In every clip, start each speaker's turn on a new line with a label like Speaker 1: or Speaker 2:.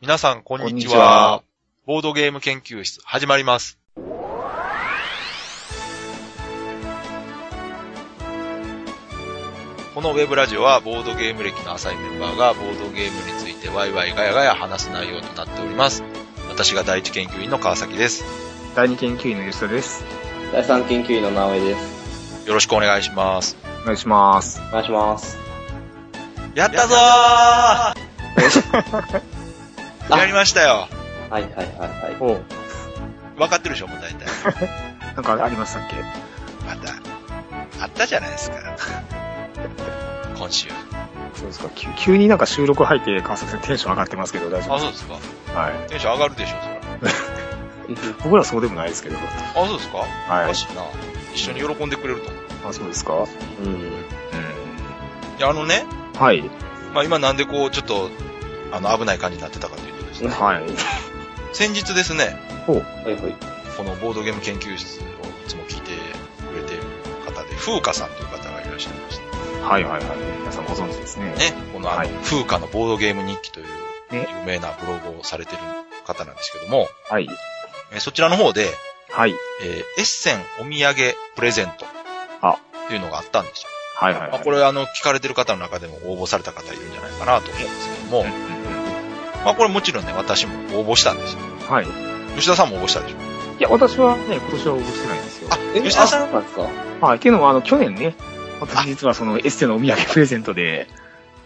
Speaker 1: 皆さん、こん
Speaker 2: こん
Speaker 1: に
Speaker 2: に
Speaker 1: ち
Speaker 2: ち
Speaker 1: は
Speaker 2: は。
Speaker 1: ボードゲーム研究室、始まります。このウェブラジオは、ボードゲーム歴の浅いメンバーが、ボードゲームについてワイワイガヤガヤ話す内容となっております。私が第一研究員の川崎です。
Speaker 2: 第二研究員のゆうすけです。
Speaker 3: 第三研究員の直江です。
Speaker 1: よろしくお願いします。
Speaker 2: お願いします。
Speaker 3: お願いします。
Speaker 1: やったぞー
Speaker 3: あ
Speaker 1: やりましたよ。
Speaker 3: はいはいはいは
Speaker 2: おう
Speaker 1: わかってるでしょ、もう大体。
Speaker 2: なんかありましたっけ
Speaker 1: また、あったじゃないです か。今週。
Speaker 2: そうですか。急急になんか収録入って川崎さんテンション上がってますけど大丈夫
Speaker 1: あ、
Speaker 2: で
Speaker 1: そうですか。
Speaker 2: すかはい。
Speaker 1: テンション上がるでしょ、それ。
Speaker 3: い。
Speaker 2: 僕らそうでもないですけど。
Speaker 1: あ、そうですかお
Speaker 2: は
Speaker 1: か
Speaker 2: い。
Speaker 1: しいな。一緒に喜んでくれると思う。
Speaker 2: あ、そうですか
Speaker 3: うん。
Speaker 2: うん。
Speaker 1: いや、あのね、
Speaker 2: はい。
Speaker 1: まあ今なんでこう、ちょっと、あの、危ない感じになってたかというとですね、
Speaker 2: はい。
Speaker 1: 先日ですね、
Speaker 3: はいはい。
Speaker 1: このボードゲーム研究室をいつも聞いてくれている方で、風花さんという方がいらっしゃいまして
Speaker 2: はいはいはい。皆さんご存知ですね。
Speaker 1: ね、このあの、
Speaker 2: はい
Speaker 1: 風花のボードゲーム日記という
Speaker 2: ね
Speaker 1: 有名なブログをされてる方なんですけども、
Speaker 2: はい。
Speaker 1: えそちらの方で、
Speaker 2: はい。
Speaker 1: えーエッセンお土産プレゼント。
Speaker 2: あ
Speaker 1: っていうのがあったんですよ。
Speaker 2: はいはい
Speaker 1: ま
Speaker 2: は
Speaker 1: あ、
Speaker 2: い。
Speaker 1: これあの、聞かれてる方の中でも応募された方いるんじゃないかなと思うんですけども、
Speaker 2: うん
Speaker 1: まあこれもちろんね、私も応募したんですよ。
Speaker 2: はい。い
Speaker 1: 吉田さんも応募したでしょ。
Speaker 2: や、私はね、今年は応募してないんですよ。
Speaker 1: あ、吉田さん
Speaker 3: あそうなんですか
Speaker 2: はい。っていうのは、あの、去年ね、私実はそのエッセのお土産プレゼントで、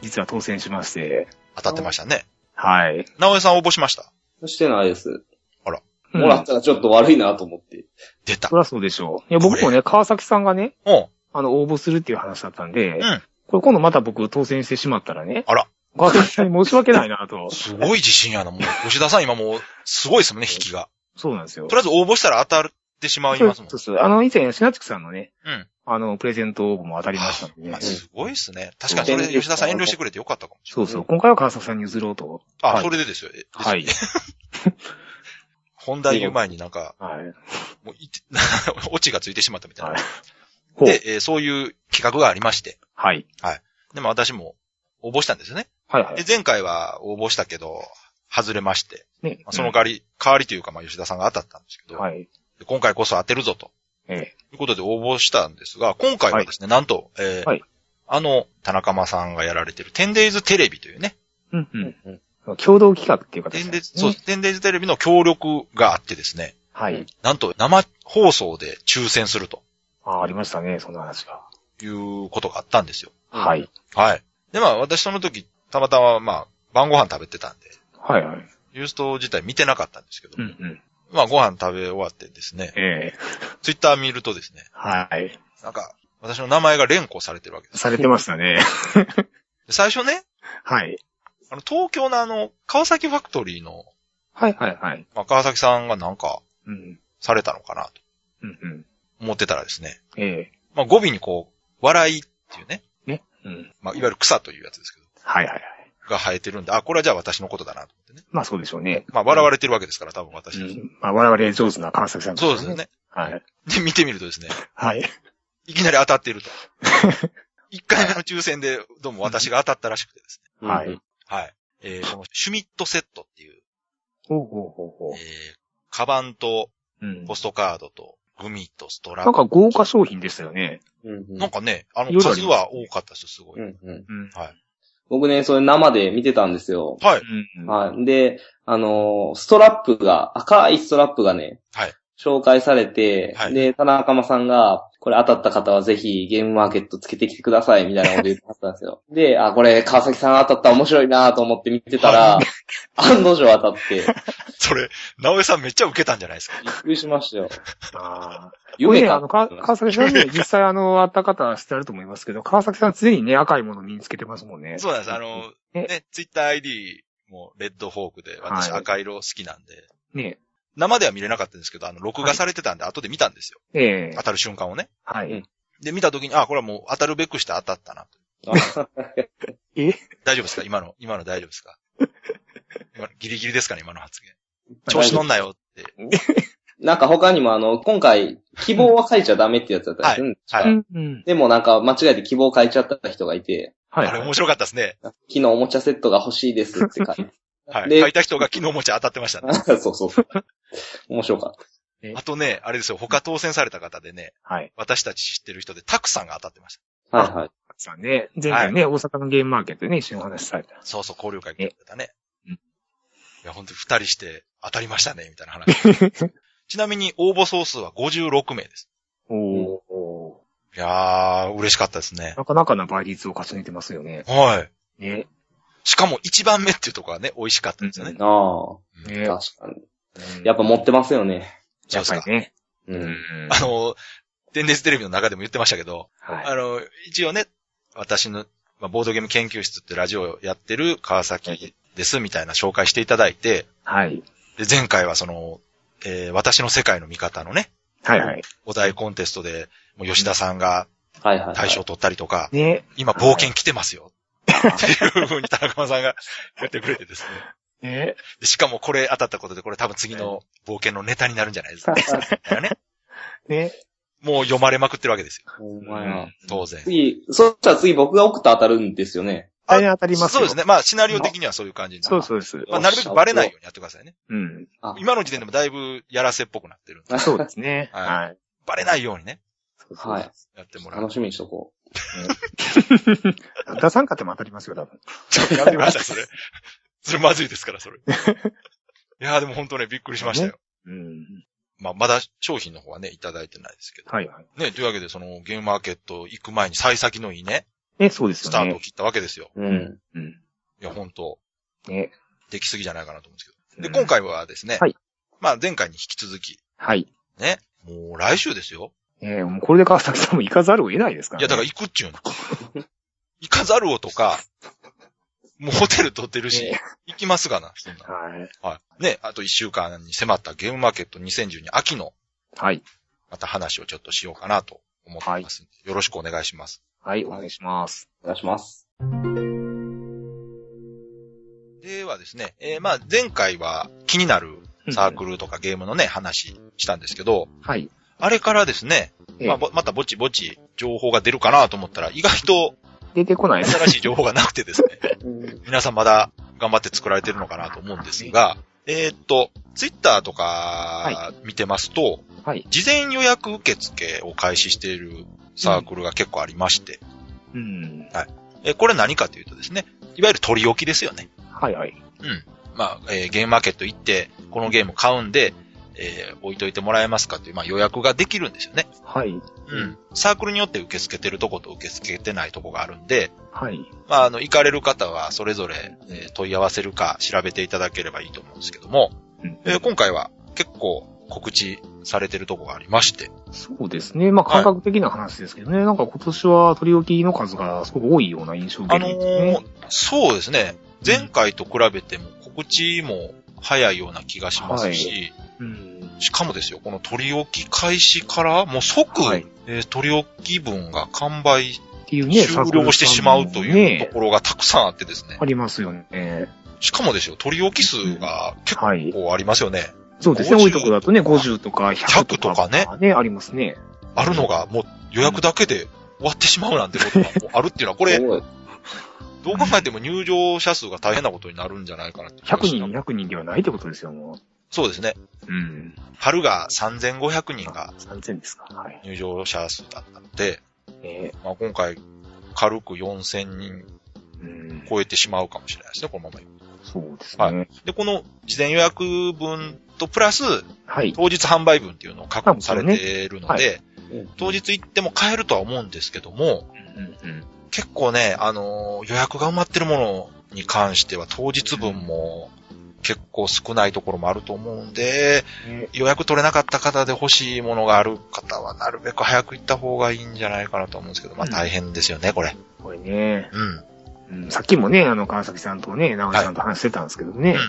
Speaker 2: 実は当選しまして、
Speaker 1: 当たってましたね。
Speaker 2: はい。
Speaker 1: 直江さん応募しました。
Speaker 3: してないです。
Speaker 2: うん
Speaker 3: もらったらちょっと悪いなと思って。
Speaker 1: 出た
Speaker 2: そ。りゃそうでしょう。いや、僕もね、川崎さんがね、
Speaker 1: うん。
Speaker 2: あの、応募するっていう話だったんで、
Speaker 1: うん
Speaker 2: これ今度また僕当選してしまったらね、
Speaker 1: あら。。
Speaker 2: 川崎さんに申し訳ないなと
Speaker 1: すごい自信やな、もう。吉田さん今もう、すごいですもんね、引きが。
Speaker 2: そうなんですよ。
Speaker 1: とりあえず応募したら当たってしまいますもん
Speaker 2: そう。そう。あの、以前、シナチクさんのね、
Speaker 1: うん
Speaker 2: あの、プレゼント応募も当たりましたので
Speaker 1: ま
Speaker 2: ね
Speaker 1: あ、。すごいですね。確かにそれで吉田さん遠慮してくれてよかったかもしれ
Speaker 2: そうそう。今回は川崎さんに譲ろうと。
Speaker 1: ない。あ、
Speaker 2: はい
Speaker 1: それでですよ。え
Speaker 2: はい。
Speaker 1: 本題言う前になんか、
Speaker 2: はい。
Speaker 1: もうい て、オチがついてしまったみたいな。
Speaker 2: ほう。
Speaker 1: で、えーそういう企画がありまして。
Speaker 2: はい。
Speaker 1: でも私も応募したんですよね。
Speaker 2: はいは
Speaker 1: で
Speaker 2: い。、
Speaker 1: 前回は応募したけど、外れまして。
Speaker 2: ね
Speaker 1: まあその代わり、代わりというか、まあ、吉田さんが当たったんですけ
Speaker 2: うん
Speaker 1: ど、
Speaker 2: はい。
Speaker 1: で今回こそ当てるぞと。
Speaker 2: ええ。
Speaker 1: ということで応募したんですが、今回はですね、なんと、えー
Speaker 2: はい
Speaker 1: あの、田中間さんがやられてる、テンデイズテレビというね、
Speaker 2: うんう。
Speaker 3: うんん。
Speaker 2: 共同企画っていう形
Speaker 1: テ
Speaker 2: な
Speaker 1: ン
Speaker 2: ん
Speaker 1: デイ
Speaker 2: で
Speaker 1: ズ
Speaker 2: す、
Speaker 1: そう、
Speaker 2: ね。
Speaker 1: テンデイズテレビの協力があってですね、
Speaker 2: はい。
Speaker 1: なんと生放送で抽選すると
Speaker 2: あ、ありましたね、その話が。
Speaker 1: いうことがあったんですよ。
Speaker 2: はい。
Speaker 1: はい。で、まあ、私その時、たまたま、まあ、晩ご飯食べてたんで、
Speaker 2: はいはい。
Speaker 1: ユースト自体見てなかったんですけど、
Speaker 2: うんうん。
Speaker 1: まあ、ご飯食べ終わってですね、
Speaker 2: ええ。
Speaker 1: ツイッター見るとですね、
Speaker 2: はい。
Speaker 1: なんか、私の名前が連呼されてるわけです。
Speaker 2: されてましたね。
Speaker 1: で最初ね、
Speaker 2: はい。
Speaker 1: あの、東京のあの、川崎ファクトリーの、
Speaker 2: はいはいはい。
Speaker 1: まあ、川崎さんがなんか、
Speaker 2: うん。
Speaker 1: されたのかなと
Speaker 2: うんうん。
Speaker 1: 思ってたらですね、
Speaker 2: え
Speaker 1: まあ、語尾にこう、笑いっていうね、
Speaker 2: えね。うん。
Speaker 1: まあ、いわゆる草というやつですけど、
Speaker 2: はいはいはい。
Speaker 1: が生えてるんで、あ、これはじゃあ私のことだなと思ってね。
Speaker 2: まあそうでしょうね。
Speaker 1: まあ、笑われてるわけですから、多分私。
Speaker 2: うん。まあ我々上手な川崎さん
Speaker 1: そうですよ。ね。
Speaker 2: はい。
Speaker 1: で、見てみるとですね、
Speaker 2: はい。
Speaker 1: いきなり当たっている と。一回目の抽選で、どうも私が当たったらしくてですね。
Speaker 3: うん
Speaker 2: はい
Speaker 3: うん
Speaker 1: はい。えー、この、シュミットセットっていう、
Speaker 2: ほうほう
Speaker 1: え
Speaker 2: ほうほ
Speaker 1: ー、カバンと、
Speaker 2: う。うん。
Speaker 1: ポストカードと、グミとストラッ
Speaker 2: なん
Speaker 1: プ。
Speaker 2: か豪華商品でしたよね。
Speaker 3: うんうん
Speaker 1: なんかね、あの、
Speaker 2: いろいろあ
Speaker 1: 数
Speaker 2: ります
Speaker 1: は多かったですよ、すごい。
Speaker 3: うんうん
Speaker 2: うん。
Speaker 3: 僕ね、それ生で見てたんですよ。
Speaker 1: はい。
Speaker 2: うん。
Speaker 3: はい。で、あのーストラップが、赤いストラップがね、
Speaker 1: はい
Speaker 3: 紹介されて、
Speaker 1: はい
Speaker 3: で、田中間さんが、これ当たった方はぜひゲームマーケットつけてきてください、みたいなこと言ってはったんですよ。 で、あ、これ川崎さん当たった面白いなと思って見てたら、案の定当たって、びっ
Speaker 1: それ、直江さんめっちゃ受けたんじゃないですか。
Speaker 3: くりしましたよ。
Speaker 2: ああ。これ
Speaker 3: 夢
Speaker 2: ね、あ
Speaker 3: か
Speaker 2: の、。か川崎さ んね、実際あの、あった方は知ってあると思いますけど、川崎さん常にね、赤いもの身につけてますもんね。
Speaker 1: そうなんです。あの、
Speaker 2: え
Speaker 1: ね、ツイッター ID もレッドホークで、私
Speaker 2: はい
Speaker 1: 赤色好きなんで、
Speaker 2: ね。
Speaker 1: 生では見れなかったんですけど、あの、録画されてたんで、後で見たんですよ。
Speaker 2: ええ
Speaker 1: 当。たる瞬間をね。
Speaker 2: は
Speaker 3: う
Speaker 2: い
Speaker 3: ん。
Speaker 1: で、見た時に、あ、これはもう当たるべくして当たったな。
Speaker 2: え
Speaker 1: 大丈夫ですか今の、今の大丈夫です か今のギリギリですかね今の発言。調子乗んなよって。
Speaker 3: なんか他にもあの、今回、希望は書いちゃダメってやつだったんですよね。
Speaker 1: はいは
Speaker 2: う
Speaker 1: い
Speaker 2: んうん。
Speaker 3: でもなんか間違えて希望書いちゃった人がいて、
Speaker 2: はい
Speaker 1: あれ
Speaker 2: はい。
Speaker 1: 面白かったですね。
Speaker 3: 昨日おもちゃセットが欲しいですって書いて。
Speaker 1: はい。
Speaker 3: で
Speaker 1: 書いた人が昨日持ち当たってましたね。
Speaker 3: そうそうそう。面白かった。
Speaker 1: あとね、あれですよ、他当選された方でね、
Speaker 2: はい。
Speaker 1: 私たち知ってる人でタクさんが当たってました。
Speaker 3: はいはい。
Speaker 2: さんね、前回ね、大阪のゲームマーケットでね、一緒にお話しされた。
Speaker 1: そうそう、交流会来てくれたね。
Speaker 2: うん
Speaker 1: いや、本当に二人して当たりましたね、みたいな話。 ちなみに応募総数は56名です。
Speaker 2: お
Speaker 3: お
Speaker 1: いやー、嬉しかったですね
Speaker 2: ー。。なかなかな倍率を重ねてますよね。
Speaker 1: はい。
Speaker 2: ね。
Speaker 1: しかも一番目っていうところはね、美味しかったんですよね。う
Speaker 3: あ
Speaker 1: ん
Speaker 2: ね
Speaker 3: あ、確かに。やっぱ持ってますよね。
Speaker 1: そう
Speaker 2: や
Speaker 1: で
Speaker 2: っ
Speaker 1: す
Speaker 2: ぱ
Speaker 1: か
Speaker 2: り。ね。
Speaker 3: う。
Speaker 2: うんん
Speaker 1: あの、電熱テレビの中でも言ってましたけど、あ
Speaker 2: は
Speaker 1: の、一応ね、私の、まあ、ボードゲーム研究室ってラジオをやってる川崎ですみたいな紹介していただいて
Speaker 2: い。、はい。
Speaker 1: で、前回はその、えー私の世界の見方のね、
Speaker 2: はいはい。
Speaker 1: お題コンテストで、もう吉田さんが
Speaker 3: はいはいはい。
Speaker 1: 大賞 取ったりとか、
Speaker 2: ね。
Speaker 1: 今冒険来てますよ。っていう風に田中さんが言ってくれてですね。
Speaker 2: ね。
Speaker 1: でしかもこれ当たったことで、これ多分次の冒険のネタになるんじゃないですか。みたいなね。
Speaker 2: ね。
Speaker 1: もう読まれまくってるわけですよ。
Speaker 3: ほんまや。
Speaker 1: 当然。
Speaker 3: 次、そしたら次僕が送ったら当たるんですよね。
Speaker 2: 大変当たります
Speaker 1: そう
Speaker 2: よ。
Speaker 1: ですね。まあ、シナリオ的にはそういう感じにな
Speaker 2: そ
Speaker 1: る
Speaker 2: うそうです。
Speaker 1: まあ、なるべくバレないようにやってくださいね。
Speaker 2: うん。
Speaker 3: あ
Speaker 1: 今の時点でもだいぶやらせっぽくなってるんで。
Speaker 2: そうですね。
Speaker 1: は
Speaker 2: はい。
Speaker 1: バレないようにね、
Speaker 3: は
Speaker 2: そ
Speaker 3: い。
Speaker 1: やってもらう
Speaker 3: 楽。しみにしとこ
Speaker 2: う。出さんかっても当たりますよ、多分。
Speaker 1: ちょっとやめてください、 それ。それまずいですから、そ れ。いやーでも本当ね、びっくりしましたよ。
Speaker 2: うん。
Speaker 1: まあ、まだ商品の方はね、いただいてないですけど。
Speaker 2: はいはい。
Speaker 1: ね、というわけで、その、ゲームマーケット行く前に幸先のいいね、
Speaker 2: ね、そうです
Speaker 1: スタ
Speaker 2: よ
Speaker 1: ートを
Speaker 2: ね。
Speaker 1: 切ったわけですよ。
Speaker 3: う。うん。
Speaker 2: うん。
Speaker 1: いや、本当
Speaker 2: ね。
Speaker 1: できすぎじゃないかなと思うんですけど。
Speaker 2: う
Speaker 1: で、
Speaker 2: ん
Speaker 1: 今回はですね、
Speaker 2: はい
Speaker 1: まあ、前回に引き続き、
Speaker 2: はい。
Speaker 1: ね、もう来週ですよ。
Speaker 2: ええ、もうこれで川崎さんも行かざるを得ないですから
Speaker 1: いや、だから
Speaker 2: ら、
Speaker 1: 行くっちゅうの。 行かざるをとか、もうホテル取ってるし、行きますがな、そんな。
Speaker 2: はい。
Speaker 1: はい。ね、あと一週間に迫ったゲームマーケット2012秋の、
Speaker 2: はい。
Speaker 1: また話をちょっとしようかなと思ってます、よろしくお願いします。
Speaker 2: はい、お願いします。
Speaker 3: お願いします。
Speaker 1: ではですね、えー、まあ前回は気になるサークルとかゲームのね、話したんですけど、
Speaker 2: はい。
Speaker 1: あれからですね、
Speaker 2: ええ
Speaker 1: まあぼまたぼちぼち情報が出るかなと思ったら、意外と
Speaker 2: 出てこないです。
Speaker 1: 新しい情報がなくてですね、
Speaker 3: うん。
Speaker 1: 皆さんまだ頑張って作られてるのかなと思うんですが、えーっと、ツイッターとか見てますと、
Speaker 2: はい。
Speaker 1: 事前予約受付を開始しているサークルが結構ありまして、
Speaker 2: うん。
Speaker 1: えこれ何かというとですね、いわゆる取り置きですよね。
Speaker 2: はいはい。
Speaker 1: まあ、えーゲームマーケット行って、このゲーム買うんで、えー置いといてもらえますかという、まあ、予約ができるんですよね。
Speaker 2: はい。
Speaker 1: うん。サークルによって受け付けてるとこと受け付けてないとこがあるんで、
Speaker 2: はい。
Speaker 1: まあ、あの、行かれる方はそれぞれ、えー問い合わせるか調べていただければいいと思うんですけども、
Speaker 2: うん
Speaker 1: えー今回は結構告知されてるとこがありまして、
Speaker 2: そうですね。まあ、感覚的な話ですけどね。なんか今年は取り置きの数がすごく多いような印象を受
Speaker 1: あ
Speaker 2: け
Speaker 1: の
Speaker 2: るん
Speaker 1: ー
Speaker 2: ですね。
Speaker 1: そうですね。前回と比べても告知も早いような気がしますし、
Speaker 2: うん。
Speaker 1: しかもですよ、この取り置き開始から、もう即、
Speaker 2: はい
Speaker 1: えー取り置き分が完売、
Speaker 2: っていうね、
Speaker 1: 終了してしまうという
Speaker 2: ね
Speaker 1: と。ころがたくさんあってですね
Speaker 2: あ。りますよね。
Speaker 1: しかもですよ、取り置き数が結
Speaker 2: はい。
Speaker 1: 構ありますよね。
Speaker 2: そうです
Speaker 1: 50
Speaker 2: ね。多いとこだとね、50とか100
Speaker 1: 100と
Speaker 2: とか。
Speaker 1: かね。
Speaker 2: ね、ありますね。
Speaker 1: あるのが、もう予約だけで終わってしまうなんてことがもうあるっていうのは、これ
Speaker 3: す、ごい
Speaker 1: どう考えても入場者数が大変なことになるんじゃないかなって気が
Speaker 2: 100
Speaker 1: し
Speaker 2: 人、200人ではないってことですよ、も
Speaker 1: そうですね。
Speaker 2: う。うん。
Speaker 1: 春が3500人が
Speaker 2: 3000ですか。はい。
Speaker 1: 入場者数だったので、
Speaker 2: ね
Speaker 1: まあ、今回、軽く4000人
Speaker 2: うん。
Speaker 1: 超えてしまうかもしれないですね、このまま。
Speaker 2: そうです
Speaker 1: は
Speaker 2: ね。
Speaker 1: で、この事前予約分とプラス、
Speaker 2: はい。
Speaker 1: 当日販売分っていうのを確保されているの
Speaker 2: はい
Speaker 1: で、
Speaker 3: うん
Speaker 1: 当日行っても買えるとは思うんですけども、
Speaker 2: うんうん
Speaker 1: 結構ね、あのー予約が埋まってるものに関しては当日分も結構少ないところもあると思うんで、
Speaker 2: ね
Speaker 1: 予約取れなかった方で欲しいものがある方はなるべく早く行った方がいいんじゃないかなと思うんですけど、まあ
Speaker 2: うん
Speaker 1: 大変ですよね、これ。
Speaker 2: これね、
Speaker 1: うん。
Speaker 2: うんさっきもね、あの、川崎さんとね、直江さんと話してたんですけどね、
Speaker 1: はい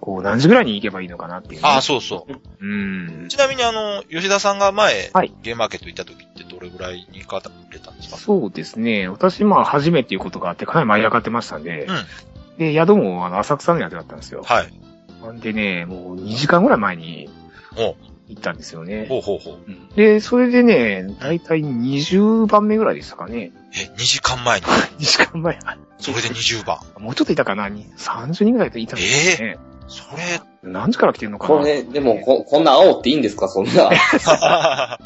Speaker 2: こう、何時ぐらいに行けばいいのかなっていう、ね。
Speaker 1: ああ、そうそう。
Speaker 2: うん
Speaker 1: ち。なみにあの、吉田さんが前、
Speaker 2: はい
Speaker 1: ゲームマーケット行った時ってどれぐらいに行かれたんですか
Speaker 2: そうですね。私、まあ、初めていうことがあって、かなり舞い上がってましたんで、
Speaker 1: うん。
Speaker 2: で、宿も、あの、浅草の宿だったんですよ。
Speaker 1: はい。
Speaker 2: なんでね、もう2時間ぐらい前に
Speaker 1: お、
Speaker 2: 行ったんですよね。
Speaker 1: ほうほうほう。
Speaker 2: うんで、それでね、だいたい20番目ぐらいでしたかね。
Speaker 1: え、2時間前に。
Speaker 2: 2時間前。
Speaker 1: それで20番。
Speaker 2: もうちょっといたかなに ?30 人ぐらいいたんですよね。
Speaker 1: それ、
Speaker 2: 何時から来てんのか
Speaker 3: こ
Speaker 2: な
Speaker 3: れ、でも、こ、こんな青っていいんですかそん
Speaker 1: ま
Speaker 3: な。
Speaker 1: あ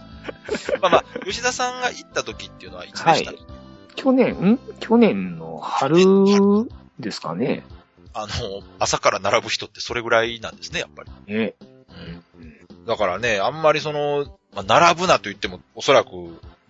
Speaker 1: まあ、吉田さんが行った時っていうのはいつでした、
Speaker 2: はい去年、ん去年の春ですかね。
Speaker 1: あの、朝から並ぶ人ってそれぐらいなんですね、やっぱり。
Speaker 2: ね
Speaker 1: うん。だからね、あんまりその、まあ、並ぶなと言っても、おそらく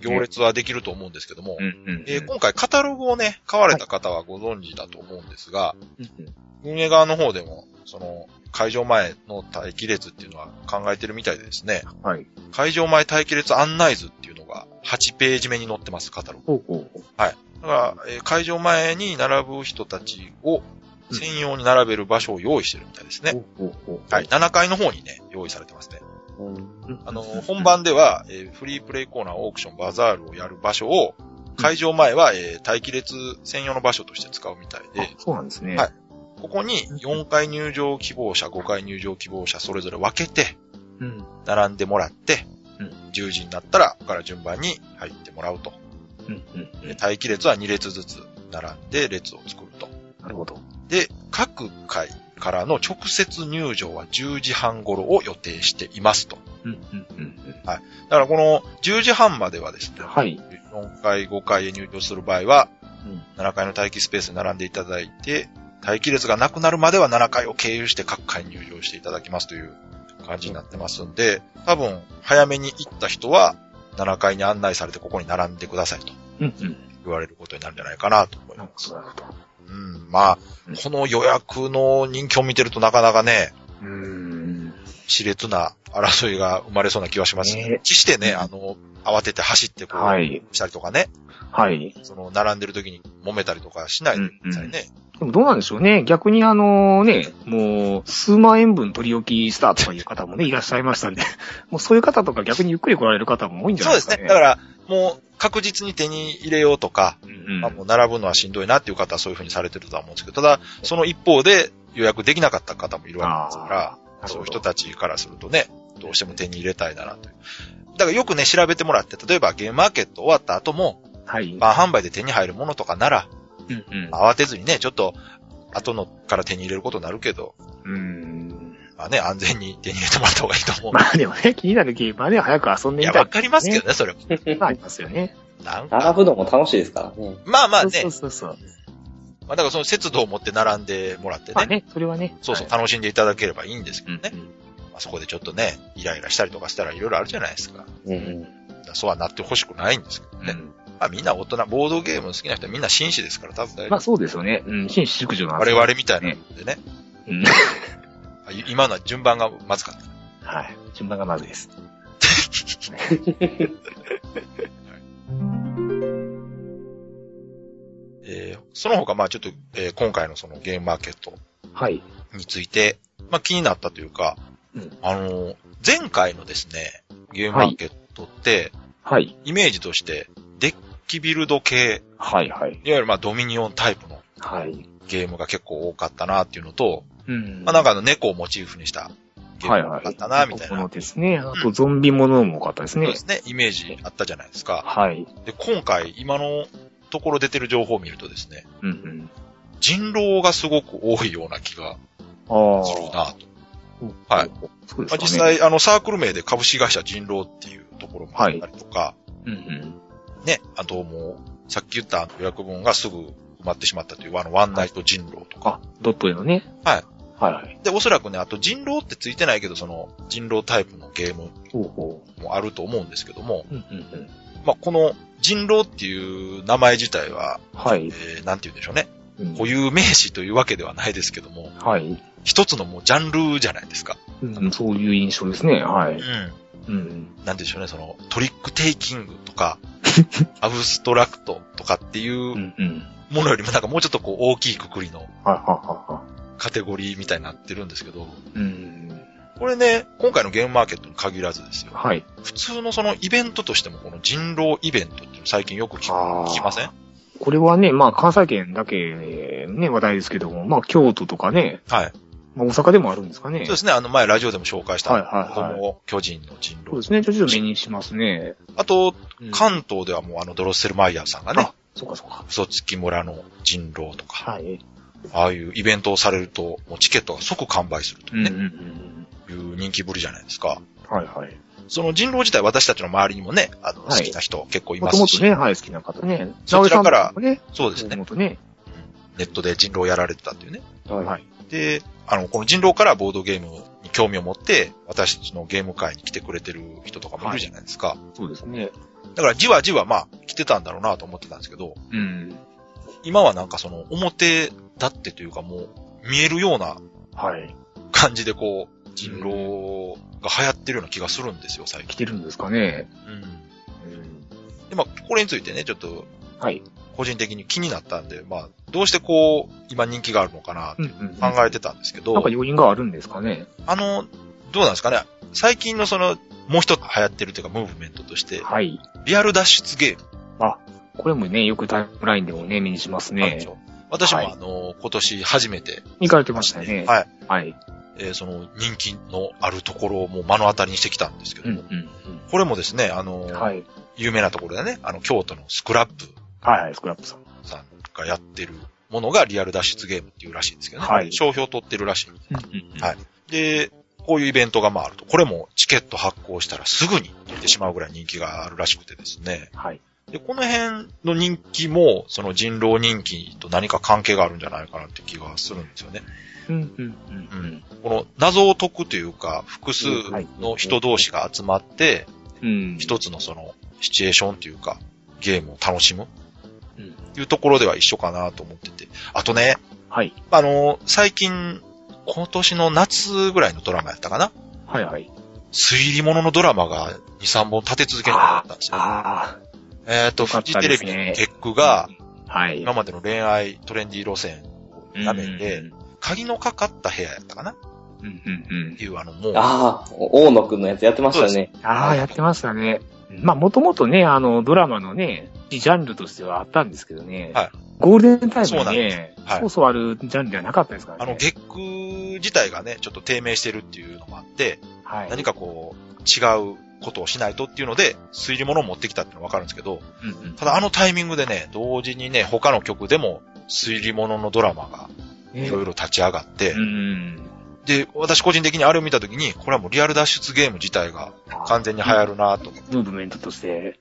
Speaker 1: 行列はできると思うんですけども、
Speaker 2: うんうん
Speaker 1: えー今回カタログをね、買われた方はご存知だと思うんですが、
Speaker 2: うんうん
Speaker 1: 運営側の方でも、その、会場前の待機列っていうのは考えてるみたいでですね、
Speaker 2: はい。
Speaker 1: 会場前待機列案内図っていうのが8ページ目に載ってます、カタログ。
Speaker 2: ほうほうほ
Speaker 1: だから、えー会場前に並ぶ人たちを専用に並べる場所を用意してるみたいです
Speaker 2: う。
Speaker 1: ね。
Speaker 2: ほうほうほう
Speaker 1: はい。。7階の方にね、用意されてますね。
Speaker 3: うん
Speaker 2: うん
Speaker 1: あの、本番では、えーフリープレイコーナー、オークション、バザールをやる場所を、会場前は、えー待機列専用の場所として使うみたい
Speaker 2: あ
Speaker 1: で、
Speaker 2: そうなんですね。
Speaker 1: はいここに4回入場希望者、5回入場希望者、それぞれ分けて、
Speaker 2: うん。
Speaker 1: 並んでもらって
Speaker 2: うん、
Speaker 1: 10時になったら、ここから順番に入ってもらうと。
Speaker 2: うんうんうん
Speaker 1: で待機列は2列ずつ並んで列を作ると。
Speaker 2: なるほど。
Speaker 1: で、各回からの直接入場は10時半頃を予定していますと。
Speaker 2: うんうんうんうん
Speaker 1: だからこの10時半まではですね、
Speaker 2: はい。
Speaker 1: 4階、5階へ入場する場合は、
Speaker 2: うん
Speaker 1: 7階の待機スペースに並んでいただいて、待機列がなくなるまでは7階を経由して各階に入場していただきますという感じになってますんで、多分、早めに行った人は、7階に案内されてここに並んでくださいと
Speaker 2: うんうん。
Speaker 1: 言われることになるんじゃないかなと思い
Speaker 2: な
Speaker 1: ま
Speaker 2: るほど、なるほど。
Speaker 1: す。うん、まあ、この予約の人気を見てるとなかなかね、
Speaker 2: うーん。
Speaker 1: 熾烈な争いが生まれそうな気はします。
Speaker 2: ね
Speaker 1: 決してね、あの、慌てて走ってこう、
Speaker 2: はい。
Speaker 1: したりとかね、
Speaker 2: はい。
Speaker 1: その、並んでる時に揉めたりとかしないでくださいね。
Speaker 2: でもどうなんでしょうね。逆にあのね、もう数万円分取り置きしたとかいう方もね、いらっしゃいましたんで、 もうそういう方とか逆にゆっくり来られる方も多いんじゃ
Speaker 1: そ
Speaker 2: な
Speaker 1: う
Speaker 2: い
Speaker 1: で
Speaker 2: です
Speaker 1: す
Speaker 2: かね。
Speaker 1: ね。だから、もう、確実に手に入れようとか、
Speaker 2: うんうん
Speaker 1: まあもう並ぶのはしんどいなっていう方はそういう風にされてるとは思うんですけど、ただ、その一方で予約できなかった方もいるわけですから、
Speaker 2: あー
Speaker 1: そういう人たちからするとね、どうしても手に入れたいならという。だからよくね、調べてもらって、例えばゲームマーケット終わった後も、
Speaker 2: はい。
Speaker 1: まあ販売で手に入るものとかなら、
Speaker 2: うんうん
Speaker 1: 慌てずにね、ちょっと、後のから手に入れることになるけど、
Speaker 2: うーん。
Speaker 1: まあね、安全に手に入れてもらった方がいいと思うんで
Speaker 2: まあでもね、気になるゲームはね、早く遊ん
Speaker 1: い
Speaker 2: でみ
Speaker 1: や、
Speaker 2: た
Speaker 1: わ
Speaker 2: い
Speaker 1: かりますけどね、それも。
Speaker 2: なのありますよね。
Speaker 1: なんか、
Speaker 3: 並ぶのも楽しいですからね。
Speaker 1: まあまあね
Speaker 2: そう、そうそう。
Speaker 1: まあだからその節度を持って並んでもらって
Speaker 2: まあ
Speaker 1: ね、
Speaker 2: ね、それはね。
Speaker 1: そうそう、
Speaker 2: はい
Speaker 1: 楽しんでいただければいいんですけ
Speaker 2: う
Speaker 1: ど
Speaker 2: ん
Speaker 1: ね。まあそこでちょっとね、イライラしたりとかしたらいろいろあるじゃないですか。
Speaker 3: うんうん。
Speaker 1: だからそうはなってほしくないんですけど
Speaker 2: うん
Speaker 1: ね。まあみんな大人、ボードゲーム好きな人はみんな紳士ですから、多分大丈
Speaker 2: まあそうですよね。うん、紳士淑女の
Speaker 1: 夫。我。
Speaker 2: 話
Speaker 1: 々みたいなのでね。
Speaker 2: うん
Speaker 1: あい今のは順番がまずかった。
Speaker 2: はい。順番がまずいです。
Speaker 1: えーその他、まあちょっと、えー今回のそのゲームマーケット
Speaker 2: はい。
Speaker 1: について、まあ気になったというか、
Speaker 2: うん
Speaker 1: あのー前回のですね、ゲームマーケットって、
Speaker 2: はい。
Speaker 1: イメージとして、デッキビルド系、
Speaker 2: はい、は
Speaker 1: い
Speaker 2: い。
Speaker 1: わゆるまあドミニオンタイプの
Speaker 2: はい。
Speaker 1: ゲームが結構多かったなっていうのと、
Speaker 2: うん
Speaker 1: まあなんかあの猫をモチーフにしたゲームが多かったな、みたい
Speaker 2: も
Speaker 1: な。
Speaker 2: のですね。あと、ゾンビものも多かったです
Speaker 1: そう
Speaker 2: ね
Speaker 1: で。すね、イメージあったじゃないですか。
Speaker 2: はい。
Speaker 1: で、今回、今のところ出てる情報を見るとですね、
Speaker 2: うんうん。
Speaker 1: 人狼がすごく多いような気が
Speaker 2: あ
Speaker 1: する
Speaker 2: あ。
Speaker 1: なと。はい。
Speaker 2: そ
Speaker 1: ま
Speaker 2: う
Speaker 1: あ、
Speaker 2: で
Speaker 1: 実
Speaker 2: すかね。
Speaker 1: 際、あの、サークル名で株式会社人狼っていうところもあったりとか、
Speaker 2: うんうん。
Speaker 1: ね、あともう、さっき言ったあの予約分がすぐ埋まってしまったという、あの、ワンナイト人狼とか。
Speaker 2: あ、ドット絵のね。
Speaker 1: はい。
Speaker 2: はいはい。
Speaker 1: で、おそらくね、あと人狼ってついてないけど、その、人狼タイプのゲーム
Speaker 2: ほうほ
Speaker 1: もあると思うんですけども、
Speaker 2: う。うんうんうん。
Speaker 1: まあ、この人狼っていう名前自体は、
Speaker 2: はい
Speaker 1: え。ー、なんて言うんでしょうね。
Speaker 2: うん
Speaker 1: 固有名詞というわけではないですけども、
Speaker 2: はい。
Speaker 1: 一つのもうジャンルじゃないですか。
Speaker 2: うんそういう印象ですね。は
Speaker 1: う
Speaker 2: い。
Speaker 1: ん。
Speaker 2: うん。
Speaker 1: なんて言うんでしょうね、その、トリックテイキングと か、アブストラクトとかっていう
Speaker 2: う
Speaker 1: うん
Speaker 2: うん。
Speaker 1: ものよりもなんかもうちょっとこう大きいくくりの
Speaker 2: はいはいはいは
Speaker 1: カテゴリーみたいになってるんですけど、
Speaker 2: い。うん。
Speaker 1: これね、今回のゲームマーケットに限らずですよ。
Speaker 2: はい。
Speaker 1: 普通のそのイベントとしてもこの人狼イベントっていうの最近よく聞く
Speaker 2: あー
Speaker 1: 聞きません
Speaker 2: これはね、まあ関西圏だけね、話題ですけども、まあ京都とかね、
Speaker 1: はい。
Speaker 2: まあ、大阪でもあるんですかね。
Speaker 1: そうですね。あの前ラジオでも紹介した、
Speaker 2: はいはいはい
Speaker 1: 子供を巨人の人
Speaker 2: そう
Speaker 1: 狼。
Speaker 2: ですね。ちょっと目にしますね。
Speaker 1: あと、
Speaker 2: うん
Speaker 1: 関東ではもうあのドロッセルマイヤーさんがね
Speaker 2: あ、そうかそうか。
Speaker 1: 嘘つき村の人狼とか、
Speaker 2: はい。
Speaker 1: ああいうイベントをされると、もうチケットが即完売すると
Speaker 2: う
Speaker 1: い
Speaker 2: ん
Speaker 1: う
Speaker 2: うん
Speaker 1: ね、いう
Speaker 2: うん
Speaker 1: 人気ぶりじゃないですか。
Speaker 2: うん。はいはい。
Speaker 1: その人狼自体私たちの周りにもね、あの、
Speaker 2: はい
Speaker 1: 好きな人結構い
Speaker 2: も
Speaker 1: ま
Speaker 2: とも
Speaker 1: す
Speaker 2: と
Speaker 1: し、
Speaker 2: ね、はい、好きな方ね。
Speaker 1: そちらから
Speaker 2: 直江さんともね、
Speaker 1: そうです
Speaker 2: も
Speaker 1: ね
Speaker 2: と。もとね。
Speaker 1: ネットで人狼やられてたっていうね。
Speaker 3: はい。
Speaker 2: はい。
Speaker 1: で、あの、この人狼からボードゲームに興味を持って、私たちのゲーム会に来てくれてる人とかもいるじゃないですか。
Speaker 2: そうですね。
Speaker 1: だからじわじわまあ、来てたんだろうなと思ってたんですけど、
Speaker 2: うん。
Speaker 1: 今はなんかその表立ってというかもう、見えるような
Speaker 2: はい。
Speaker 1: 感じでこう、人狼が流行ってるような気がするんですよ、最
Speaker 2: 来
Speaker 1: 近。
Speaker 2: てるんですかね。
Speaker 1: うん。
Speaker 2: うん。
Speaker 1: で、まあ、これについてね、ちょっと、
Speaker 2: はい。
Speaker 1: 個人的に気になったんで、まあ、どうしてこう、今人気があるのかな、
Speaker 2: うんうん。
Speaker 1: 考えてたんですけど、
Speaker 2: なんか要因があるんですかね。
Speaker 1: あの、どうなんですかね、最近のその、もう一つ流行ってるというか、ムーブメントとして、
Speaker 2: はい。
Speaker 1: リアル脱出ゲーム
Speaker 2: これもね、よくタイムラインでもね、目にします
Speaker 1: なんです
Speaker 2: ね。
Speaker 1: よ。私も
Speaker 2: はい
Speaker 1: あの、今年初めて、
Speaker 2: 行かれてましたよね。
Speaker 1: はい。
Speaker 2: はい。
Speaker 1: えーその人気のあるところをもう目の当たりにしてきたんですけど、
Speaker 2: うんうん
Speaker 1: これもですね、あ
Speaker 2: う
Speaker 1: の、
Speaker 2: ん。はい。
Speaker 1: 有名なところでね、あの、京都のスクラップ
Speaker 2: はいはい、スクラップさん。
Speaker 1: さんがやってるものがリアル脱出ゲームっていうらしいんですけどね。
Speaker 2: はい
Speaker 1: 商標取ってるらしい。
Speaker 2: うんうん
Speaker 1: はいで、こういうイベントがまああると。これもチケット発行したらすぐに出てしまうぐらい人気があるらしくてですね。
Speaker 2: はい。
Speaker 1: で、この辺の人気も、その人狼人気と何か関係があるんじゃないかなって気がするんですよね。
Speaker 2: うんうんうんうん。
Speaker 1: この謎を解くというか、複数の人同士が集まって、
Speaker 2: うん。
Speaker 1: 一つのその、シチュエーションというか、ゲームを楽しむ
Speaker 2: うん。
Speaker 1: いうところでは一緒かなと思ってて。あとね、
Speaker 2: はい。
Speaker 1: あの、最近、今年の夏ぐらいのドラマやったかな
Speaker 2: はいはい。
Speaker 1: 推理物のドラマが2、3本立て続けるようになったんですよ。
Speaker 2: あ
Speaker 1: えっ、と、
Speaker 2: よか
Speaker 1: フ
Speaker 2: っ
Speaker 1: ジ
Speaker 2: た
Speaker 1: テレ
Speaker 2: です
Speaker 1: ビ
Speaker 2: ね
Speaker 1: の結句
Speaker 2: あ。
Speaker 1: が、、
Speaker 2: はい。
Speaker 1: 今までの恋愛トレンディ路線をやめて、
Speaker 2: うん
Speaker 1: 鍵のかかった部屋やったかなっ
Speaker 2: うんうん。
Speaker 1: ていう、あの、もう、
Speaker 3: ああ、大野くんのやつやってました
Speaker 1: そう
Speaker 3: ね。
Speaker 2: ああ、やってましたね。まあ、もともとね、あの、ドラマのね、ジャンルとしてはあったんですけどね。
Speaker 1: はい
Speaker 2: ゴールデンタイム
Speaker 1: そう
Speaker 2: に
Speaker 1: なん
Speaker 2: ね、
Speaker 1: はい
Speaker 2: そうそうあるジャンルではなかったですからね。
Speaker 1: あの、月句自体がね、ちょっと低迷してるっていうのもあって、
Speaker 2: はい、
Speaker 1: 何かこう、違うことをしないとっていうので、推理物を持ってきたっていうのはわかるんですけど、
Speaker 2: うんうん
Speaker 1: ただあのタイミングでね、同時にね、他の曲でも推理物のドラマが
Speaker 2: ね
Speaker 1: いろいろ立ち上がって
Speaker 2: う、ん。
Speaker 1: で、私個人的にあれを見たときに、これはもうリアル脱出ゲーム自体が完全に流行るなと。うん。
Speaker 2: ムーブメントとして。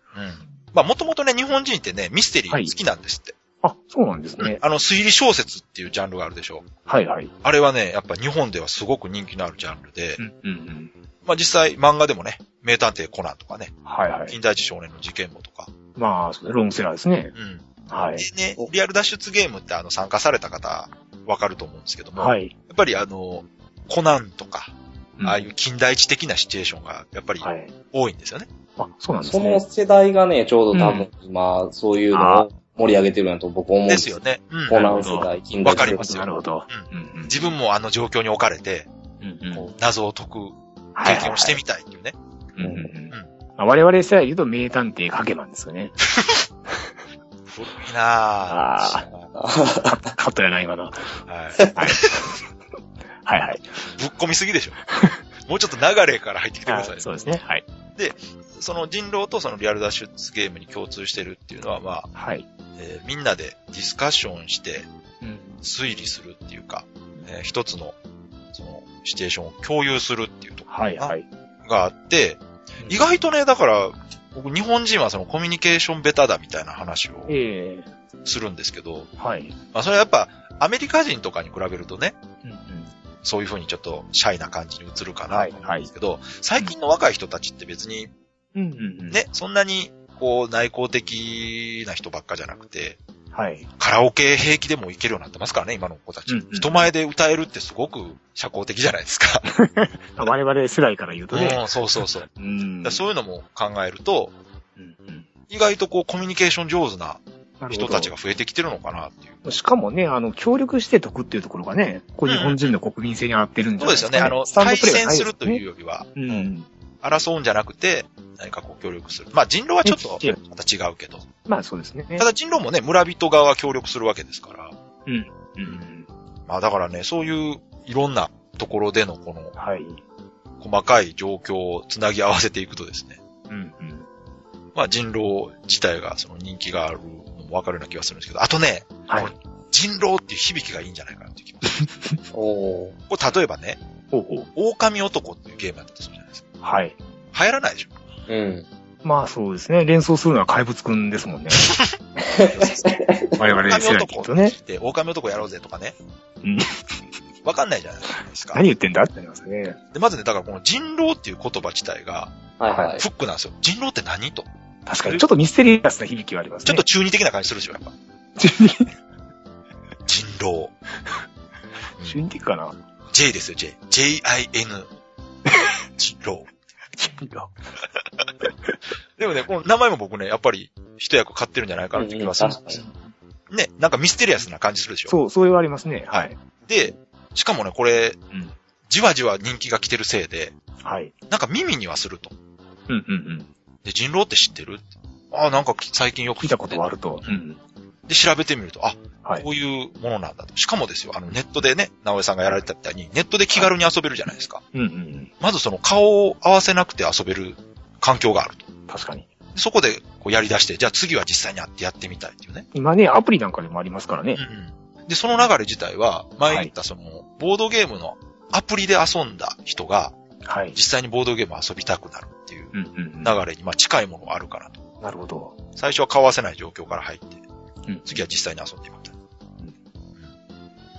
Speaker 1: まあもともとね、日本人ってね、ミステリー好きなんですって。
Speaker 2: あ、そうなんですね。
Speaker 1: あの、推理小説っていうジャンルがあるでしょ。
Speaker 2: はいはい。
Speaker 1: あれはね、やっぱ日本ではすごく人気のあるジャンルで、
Speaker 2: うんうん
Speaker 1: まあ実際漫画でもね、名探偵コナンとかね、
Speaker 2: うん。はいはい。
Speaker 1: 近代一少年の事件簿とか、
Speaker 2: まあ、そうねロングセラーですね。
Speaker 1: うん。
Speaker 2: はい。
Speaker 1: でね、リアル脱出ゲームってあの参加された方、わかると思うんですけども、
Speaker 2: はい。
Speaker 1: やっぱりあの、コナンとか、
Speaker 2: うん
Speaker 1: ああいう近代一的なシチュエーションがやっぱり
Speaker 2: はい。
Speaker 1: 多いんですよね。
Speaker 2: あ、そうなんです
Speaker 3: その
Speaker 2: ね。
Speaker 3: 世代がね、ちょうど多
Speaker 2: うん
Speaker 3: 分今、そういうのを盛り上げてるんやと僕思うん
Speaker 1: ですよ。ね。うん。
Speaker 3: コナン世代、近代
Speaker 1: わ
Speaker 3: 世代
Speaker 1: かりますよ
Speaker 2: なるほど。うんうん
Speaker 1: 自分もあの状況に置かれて、
Speaker 2: うんうん
Speaker 1: こう、謎を解く
Speaker 2: はい
Speaker 1: 経
Speaker 2: はい
Speaker 1: 験
Speaker 2: は
Speaker 1: を
Speaker 2: い
Speaker 1: してみたいっていうね。
Speaker 2: うんうんうんまあ我々世代で言うと名探偵かけなんですよね。
Speaker 1: 古いなぁ。
Speaker 2: カットやないかな。は
Speaker 1: はい。
Speaker 2: いはい。
Speaker 1: ぶっ込みすぎでしょ。 もうちょっと流れから入ってきてください。
Speaker 2: そうですね。はい。
Speaker 1: その人狼とそのリアル脱出ゲームに共通してるっていうのは、まあ、
Speaker 2: はい。
Speaker 1: えーみんなでディスカッションして
Speaker 2: うん
Speaker 1: 推理するっていうか、えー一つの、その、シチュエーションを共有するっていうとこ
Speaker 2: はいはい。
Speaker 1: があって、意外とね、だから、僕日本人はそのコミュニケーションベタだみたいな話を
Speaker 2: ええ
Speaker 1: するんですけど、
Speaker 2: はい。
Speaker 1: まあそれはやっぱアメリカ人とかに比べるとね、
Speaker 2: うんうん
Speaker 1: そういう風にちょっとシャイな感じに映るかな
Speaker 2: はい
Speaker 1: と思うんですけど、最近の若い人たちって別に
Speaker 2: うんうんうん。
Speaker 1: ね、そんなにこう内向的な人ばっかじゃなくて、
Speaker 2: はい。
Speaker 1: カラオケ平気でもいけるようになってますからね、今の子たち。
Speaker 2: うんうん
Speaker 1: 人前で歌えるってすごく社交的じゃないですか。
Speaker 2: まあ我々世代から言うとね。
Speaker 1: うん、そうそうそう。だか
Speaker 2: うん
Speaker 1: らそういうのも考えると、
Speaker 2: うんうん
Speaker 1: 意外とこうコミュニケーション上手な
Speaker 2: なるほど
Speaker 1: 人たちが増えてきてるのかなっていう。
Speaker 2: しかもね、あの、協力して得っていうところがね、こう日本人の国民性に合ってるん
Speaker 1: そ
Speaker 2: じゃ
Speaker 1: う
Speaker 2: な
Speaker 1: で
Speaker 2: いですす
Speaker 1: よ
Speaker 2: か、
Speaker 1: ね。あの、
Speaker 2: スタンド
Speaker 1: 対
Speaker 2: プレー
Speaker 1: 戦
Speaker 2: がない
Speaker 1: す
Speaker 2: で
Speaker 1: るというよりは、
Speaker 2: ね。うん。
Speaker 1: 争うんじゃなくて、何かこう協力する。まあ人狼はちょっと
Speaker 2: ね
Speaker 1: また違うけど。
Speaker 2: まあそうですね。
Speaker 1: ただ人狼もね、村人側が協力するわけですから。
Speaker 2: うん。うん。
Speaker 1: まあだからね、そういういろんなところでのこの
Speaker 2: はい。
Speaker 1: 細かい状況をつなぎ合わせていくとですね、
Speaker 2: うんうん。
Speaker 1: まあ人狼自体がその人気があるのもわかるような気がするんですけど、あとね、
Speaker 2: はい。
Speaker 1: 人狼っていう響きがいいんじゃないかなって気がする。
Speaker 3: おー。
Speaker 1: これ例えばね、
Speaker 2: ほうほう。
Speaker 1: 狼男っていうゲームだったとするじゃないですか。
Speaker 2: はい。
Speaker 1: 流行らないでしょ
Speaker 3: うん。
Speaker 2: まあそうですね。連想するのは怪物くんですもんね。我々世代で言うとね。
Speaker 1: で、狼男やろうぜとかね
Speaker 2: うん。
Speaker 1: わかんないじゃないですか。
Speaker 2: 何言ってんだってなりますね。
Speaker 1: で、まずね、だからこの人狼っていう言葉自体が
Speaker 3: はいはい。
Speaker 1: フックなんですよ。人狼って何と。
Speaker 2: 確かに、ちょっとミステリアスな響きはありますね。
Speaker 1: ちょっと中二的な感じするでしょ、やっぱ。
Speaker 2: 中二、
Speaker 1: 人狼。
Speaker 2: 中二的かな
Speaker 1: J ですよ、J。J-I-N。人狼。
Speaker 2: 中二か
Speaker 1: でもね、この名前も僕ね、やっぱり一役買ってるんじゃないかなって気がするんですよ。ね、なんかミステリアスな感じするでしょ。
Speaker 2: そう、そう言われますね。はい。
Speaker 1: で、しかもね、これ、
Speaker 2: ん
Speaker 1: じわじわ人気が来てるせいで、
Speaker 2: はい。
Speaker 1: なんか耳にはすると。
Speaker 2: うんうんうん。
Speaker 1: で、人狼って知ってるああ、なんか最近よく
Speaker 2: 聞いたことがあると。うん。
Speaker 1: で、調べてみると、あ、
Speaker 2: はい
Speaker 1: こういうものなんだと。しかもですよ、あの、ネットでね、直江さんがやられてたみたいに、ネットで気軽に遊べるじゃないですか。
Speaker 2: うんうん
Speaker 1: まずその顔を合わせなくて遊べる環境があると。
Speaker 2: うん。確かに。
Speaker 1: でそこでこうやり出して、じゃあ次は実際に会ってやってみたいっていうね。
Speaker 2: 今ね、アプリなんかでもありますからね。
Speaker 1: うん。で、その流れ自体は、前言ったその、ボードゲームのアプリで遊んだ人が、
Speaker 2: はい。
Speaker 1: 実際にボードゲームを遊びたくなるっていう
Speaker 2: うんうんうん。な
Speaker 1: 流れに、まあ近いものがあるかなと。
Speaker 2: るほど。
Speaker 1: 最初は顔合わせない状況から入って、
Speaker 2: うん。
Speaker 1: 次は実際に遊んでみた。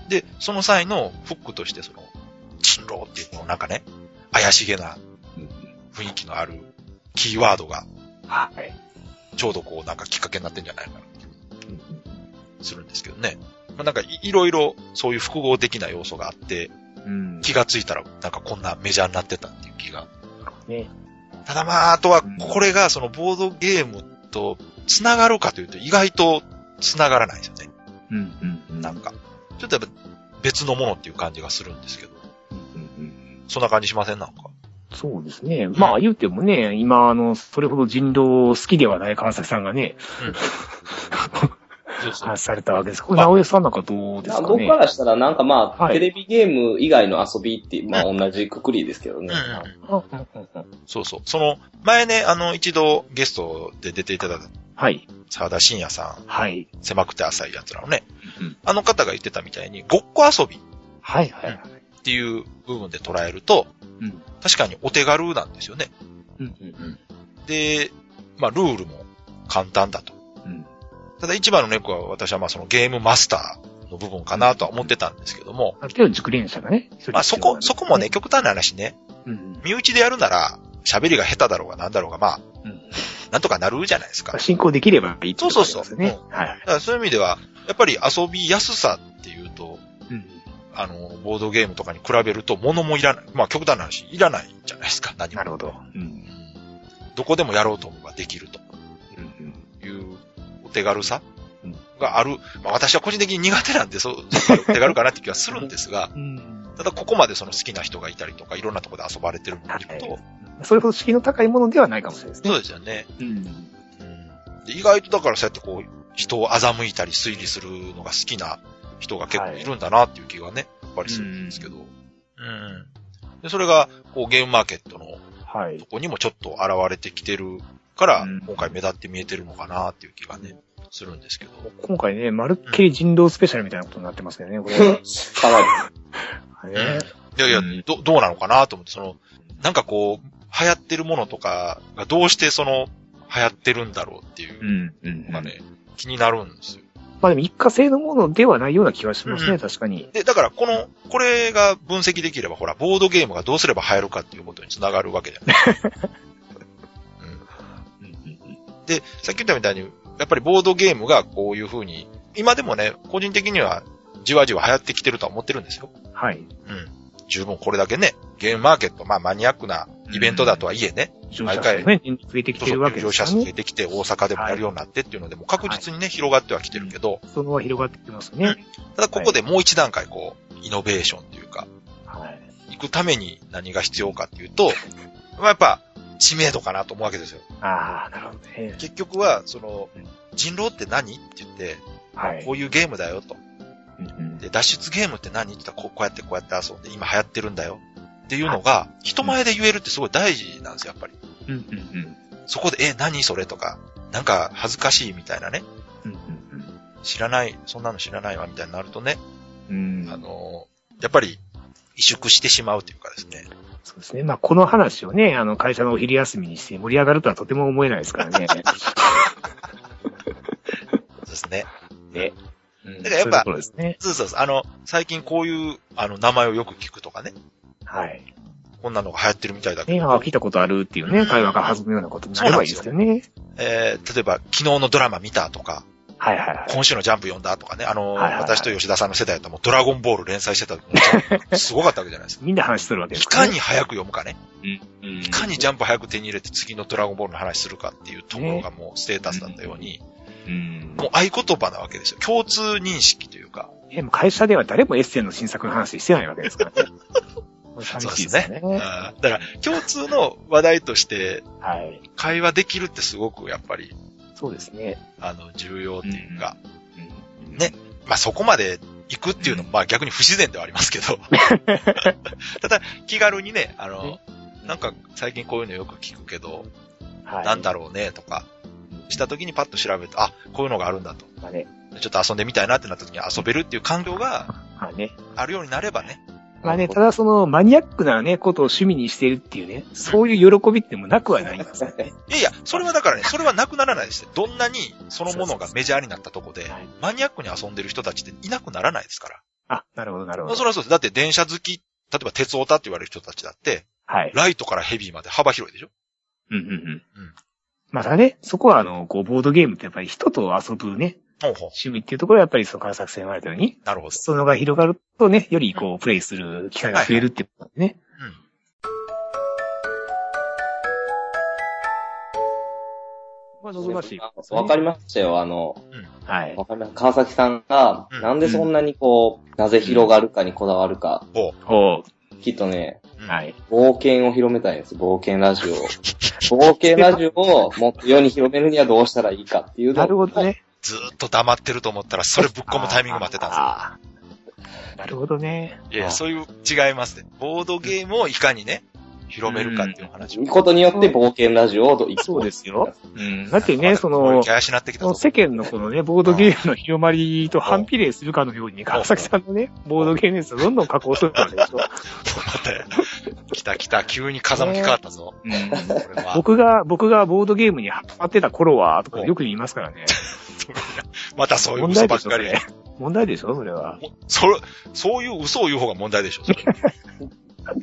Speaker 1: で、その際のフックとして、その、人狼っていうこのなんかね、怪しげな
Speaker 2: うん
Speaker 1: 雰囲気のあるキーワードが、
Speaker 2: はい。
Speaker 1: ちょうどこうなんかきっかけになってんじゃないかな、
Speaker 2: うん
Speaker 1: するんですけどね。まあ、なんかいいろいろそういう複合的な要素があって、
Speaker 2: うん。
Speaker 1: 気がついたらなんかこんなメジャーになってたっていう気が。
Speaker 2: ね。
Speaker 1: ただまあ、あとは
Speaker 2: うん
Speaker 1: これがそのボードゲームと繋がるかというと意外と繋がらないですよね。
Speaker 2: うんうん。
Speaker 1: なんか。ちょっとやっぱ別のものっていう感じがするんですけど。
Speaker 2: うんうんうん。
Speaker 1: そんな感じしませんなんか。
Speaker 2: そうですね。まあ言うてもね、今、あの、それほど人狼好きではない川崎さんがね、
Speaker 1: そうそう。
Speaker 2: 話されたわけです。これ、直江さんなんかどうですか
Speaker 3: 僕
Speaker 2: ね
Speaker 3: か。らしたらなんかまあ、
Speaker 2: はい
Speaker 3: テレビゲーム以外の遊びって、まあ同じくくりですけど
Speaker 1: う
Speaker 3: ね。
Speaker 1: んうん
Speaker 2: あうんうんうん
Speaker 1: そうそう。その、前ね、あの、一度ゲストで出ていただいた
Speaker 2: はい。
Speaker 1: 沢田信也さん、
Speaker 2: はい。
Speaker 1: 狭くて浅い奴らのね、
Speaker 2: うん
Speaker 1: あの方が言ってたみたいに、ごっこ遊びっ
Speaker 2: はいはいはい。
Speaker 1: ていう部分で捉えると、
Speaker 2: うん。
Speaker 1: 確かにお手軽なんですよね。
Speaker 2: うんうん
Speaker 1: で、まあ、ルールも簡単だと。
Speaker 2: うん。
Speaker 1: ただ一番の猫は私はまあそのゲームマスターの部分かなとは思ってたんですけども、
Speaker 2: ある程度熟練者がね。
Speaker 1: まあそこ、そこもね、。極端な話ね、
Speaker 2: うん。
Speaker 1: 身内でやるなら、喋りが下手だろうがなんだろうが、まあ、
Speaker 2: うん。
Speaker 1: なんとかなるじゃないですか。
Speaker 2: 進行できればいいってこと
Speaker 1: そうそうそう
Speaker 2: ですね。はい。
Speaker 1: だからそういう意味では、やっぱり遊びやすさっていうと、
Speaker 2: うん。
Speaker 1: あの、ボードゲームとかに比べると物もいらない。まあ極端な話、いらないじゃないですか、何も。
Speaker 2: なるほど。う。
Speaker 1: うんんどこでもやろうと思えばできると
Speaker 2: うん。
Speaker 1: いうお手軽さ
Speaker 2: うん
Speaker 1: がある。まあ私は個人的に苦手なんで、そう、そういうお手軽かなって気がするんです が、
Speaker 2: うん。
Speaker 1: ただここまでその好きな人がいたりとか、いろんなところで遊ばれてるのを見ると、
Speaker 2: はいそれほど敷居の高いものではないかもしれないです
Speaker 1: そう
Speaker 2: ね。
Speaker 1: ですよね。
Speaker 2: うん。
Speaker 1: うんで意外とだからそうやってこう、人を欺いたり推理するのが好きな人が結構いるんだなっていう気がね、やっぱりするんですけど。うん。で、それが、こう、ゲームマーケットの
Speaker 2: はい
Speaker 1: と。こにもちょっと現れてきてるから
Speaker 2: うん、
Speaker 1: 今回目立って見えてるのかなっていう気がね、するんですけど。
Speaker 2: 今回ね、まるっきり人狼スペシャルみたいなことになってますけどね、こ れ。ね
Speaker 3: かなり。
Speaker 1: いやいや、
Speaker 2: うん。
Speaker 1: ど、どうなのかなと思って、その、なんかこう、流行ってるものとかがどうしてその、流行ってるんだろうっていううん
Speaker 2: うん。
Speaker 1: のがね、気になるんですよ。
Speaker 2: まあでも一過性のものではないような気がします
Speaker 1: うん
Speaker 2: ね、確かに。
Speaker 1: で、だからこの、これが分析できれば、ほら、ボードゲームがどうすれば流行るかっていうことにつながるわけじゃない。
Speaker 2: うんうん
Speaker 1: うん、で、さっき言ったみたいに、やっぱりボードゲームがこういう風に、今でもね、個人的にはじわじわ流行ってきてるとは思ってるんですよ。
Speaker 2: うんはい。
Speaker 1: うん。十分これだけね、ゲームマーケット、まあマニアックなイベントだとはいえね、
Speaker 2: 乗車数ね、増えてき
Speaker 1: そう
Speaker 2: て
Speaker 1: そ
Speaker 2: る
Speaker 1: う
Speaker 2: わけ
Speaker 1: 入
Speaker 2: で
Speaker 1: 場者
Speaker 2: すから
Speaker 1: 数増
Speaker 2: ね
Speaker 1: え。てきて大阪でもやるようになってっていうので、もう確実にね、広がってはきてるけど、
Speaker 2: そのは広がってきますね。
Speaker 1: ただここでもう一段階こう、イノベーションというか、
Speaker 2: はい。
Speaker 1: 行くために何が必要かっていうと、まあやっぱ、知名度かなと思うわけですよ。
Speaker 2: ああ、なるほどね。
Speaker 1: 結局は、その
Speaker 2: うん、
Speaker 1: 人狼って何って言って、
Speaker 2: はい
Speaker 1: こ。ういうゲームだよと。
Speaker 2: うんうん
Speaker 1: で、脱出ゲームって何って言ったらこう、こうやってこうやって遊んで、今流行ってるんだよ。っていうのが、人前で言えるってすごい大事なんですよ、やっぱり。
Speaker 2: うんうんうん。
Speaker 1: そこで、え、何それとか、なんか恥ずかしいみたいなね。
Speaker 2: うんうん
Speaker 1: 知らない、そんなの知らないわ、みたいになるとね、
Speaker 2: うん。
Speaker 1: あ
Speaker 2: うん。
Speaker 1: のーやっぱり、萎縮してしまうというかですね。
Speaker 2: そうですね。まあ、この話をね、あの、会社のお昼休みにして盛り上がるとはとても思えないですからね。
Speaker 1: そうですね。
Speaker 2: うん
Speaker 1: だからやっぱ
Speaker 2: そういうところですね。
Speaker 1: そうそうそう。あの、最近こういう、あの、名前をよく聞くとかね。
Speaker 2: はい。
Speaker 1: こんなのが流行ってるみたいだけ
Speaker 2: ね、
Speaker 1: ど
Speaker 2: あ、、聞いたことあるっていうね、会話が弾むようなことになればいいですよね。
Speaker 1: えー、例えば、昨日のドラマ見たとか、
Speaker 2: はいはいはい。
Speaker 1: 今週のジャンプ読んだとかね、あのー、
Speaker 2: はいはいはい
Speaker 1: 私と吉田さんの世代だともうドラゴンボール連載してた時 もすごかったわけじゃないですか。
Speaker 2: みんな話するわけで
Speaker 1: い
Speaker 2: す
Speaker 1: か
Speaker 2: からね
Speaker 1: に早く読むかね。
Speaker 2: うん
Speaker 1: いかにジャンプ早く手に入れて次のドラゴンボールの話するかっていうところがもうステータスだったように、
Speaker 2: うん
Speaker 1: もう合言葉なわけですよ。共通認識というか。
Speaker 2: え、もう会社では誰もエッセンの新作の話してないわけです からね。これ寂しいですね。
Speaker 1: うんだから、共通の話題として
Speaker 2: はい。
Speaker 1: 会話できるってすごくやっぱり、
Speaker 2: そうですね。
Speaker 1: あの、重要っていうか、
Speaker 2: うん
Speaker 1: ね。まあそこまで行くっていうのも、まあ逆に不自然ではありますけ ど。ただ、気軽にね、あの、なんか最近こういうのよく聞くけど、
Speaker 2: はい。
Speaker 1: なんだろうねとか、した時にパッと調べて、あ、こういうのがあるんだと。
Speaker 2: まあね。
Speaker 1: ちょっと遊んでみたいなってなった時に遊べるっていう環境が
Speaker 2: まあね。
Speaker 1: あるようになればね。
Speaker 2: まあね、ただそのマニアックなね、ことを趣味にしてるっていうね、そういう喜びってもなくはないんで すよね。
Speaker 1: いやいや、それはだからね、それはなくならないですよ。どんなにそのものがメジャーになったとこで
Speaker 2: はい、
Speaker 1: マニアックに遊んでる人たちっていなくならないですから。
Speaker 2: あ、なるほど、なるほ
Speaker 1: そ
Speaker 2: ど。
Speaker 1: れはそうです。だって電車好き、例えば鉄オタって言われる人たちだって、
Speaker 2: はい。
Speaker 1: ライトからヘビーまで幅広いでしょ
Speaker 2: うんうんうん。またね、そこはあの、こう、ボードゲームってやっぱり人と遊ぶね、
Speaker 1: ほうほう。
Speaker 2: 趣味っていうところはやっぱりその川崎さん言われたように、
Speaker 1: なるほど。
Speaker 2: そのが広がるとね、よりこう、プレイする機会が増えるってことなんでね。
Speaker 1: うん。
Speaker 2: まあ、望ましい。
Speaker 3: わかりましたよ、あの、
Speaker 2: はい。
Speaker 3: わかりました。川崎さんが、
Speaker 1: うん
Speaker 3: なんでそんなにこう、なぜ広がるかにこだわるか。
Speaker 2: ほ
Speaker 3: きっとね、
Speaker 1: う
Speaker 2: う。
Speaker 1: ん
Speaker 2: はい。
Speaker 3: 冒険を広めたいんです。冒険ラジオを。冒険ラジオをもっと世に広めるにはどうしたらいいかっていうのを
Speaker 2: なるほど。ね。
Speaker 1: ずーっと黙ってると思ったら、それぶっ込むタイミング待ってたんですよ。
Speaker 2: あーなるほどね。
Speaker 1: いやいや、そういう違いますね。ボードゲームをいかにね、広めるかっていう話を。
Speaker 3: いいことによって冒険ラジオをど
Speaker 2: そうですよ。うん。だってね、そ
Speaker 1: こういう
Speaker 2: の
Speaker 1: 気、合いしなってきた
Speaker 2: その
Speaker 1: ぞ。
Speaker 2: 世間のこのね、ボードゲームの広まりと反比例するかのように、川崎さんのね、ボードゲーム熱をどんどん加工するわけでしょ。
Speaker 1: また、 来た来た、急に風向き変わったぞ。これは、
Speaker 2: 僕が、僕がボードゲームにハマってた頃は、とかよく言いますからね。
Speaker 1: またそういう
Speaker 2: 問
Speaker 1: 嘘
Speaker 2: 題
Speaker 1: ばっ
Speaker 2: でしょ、そ
Speaker 1: かり
Speaker 2: れ。。問題でしょ、それは。
Speaker 1: それ、そういう嘘を言う方が問題でしょ、 それ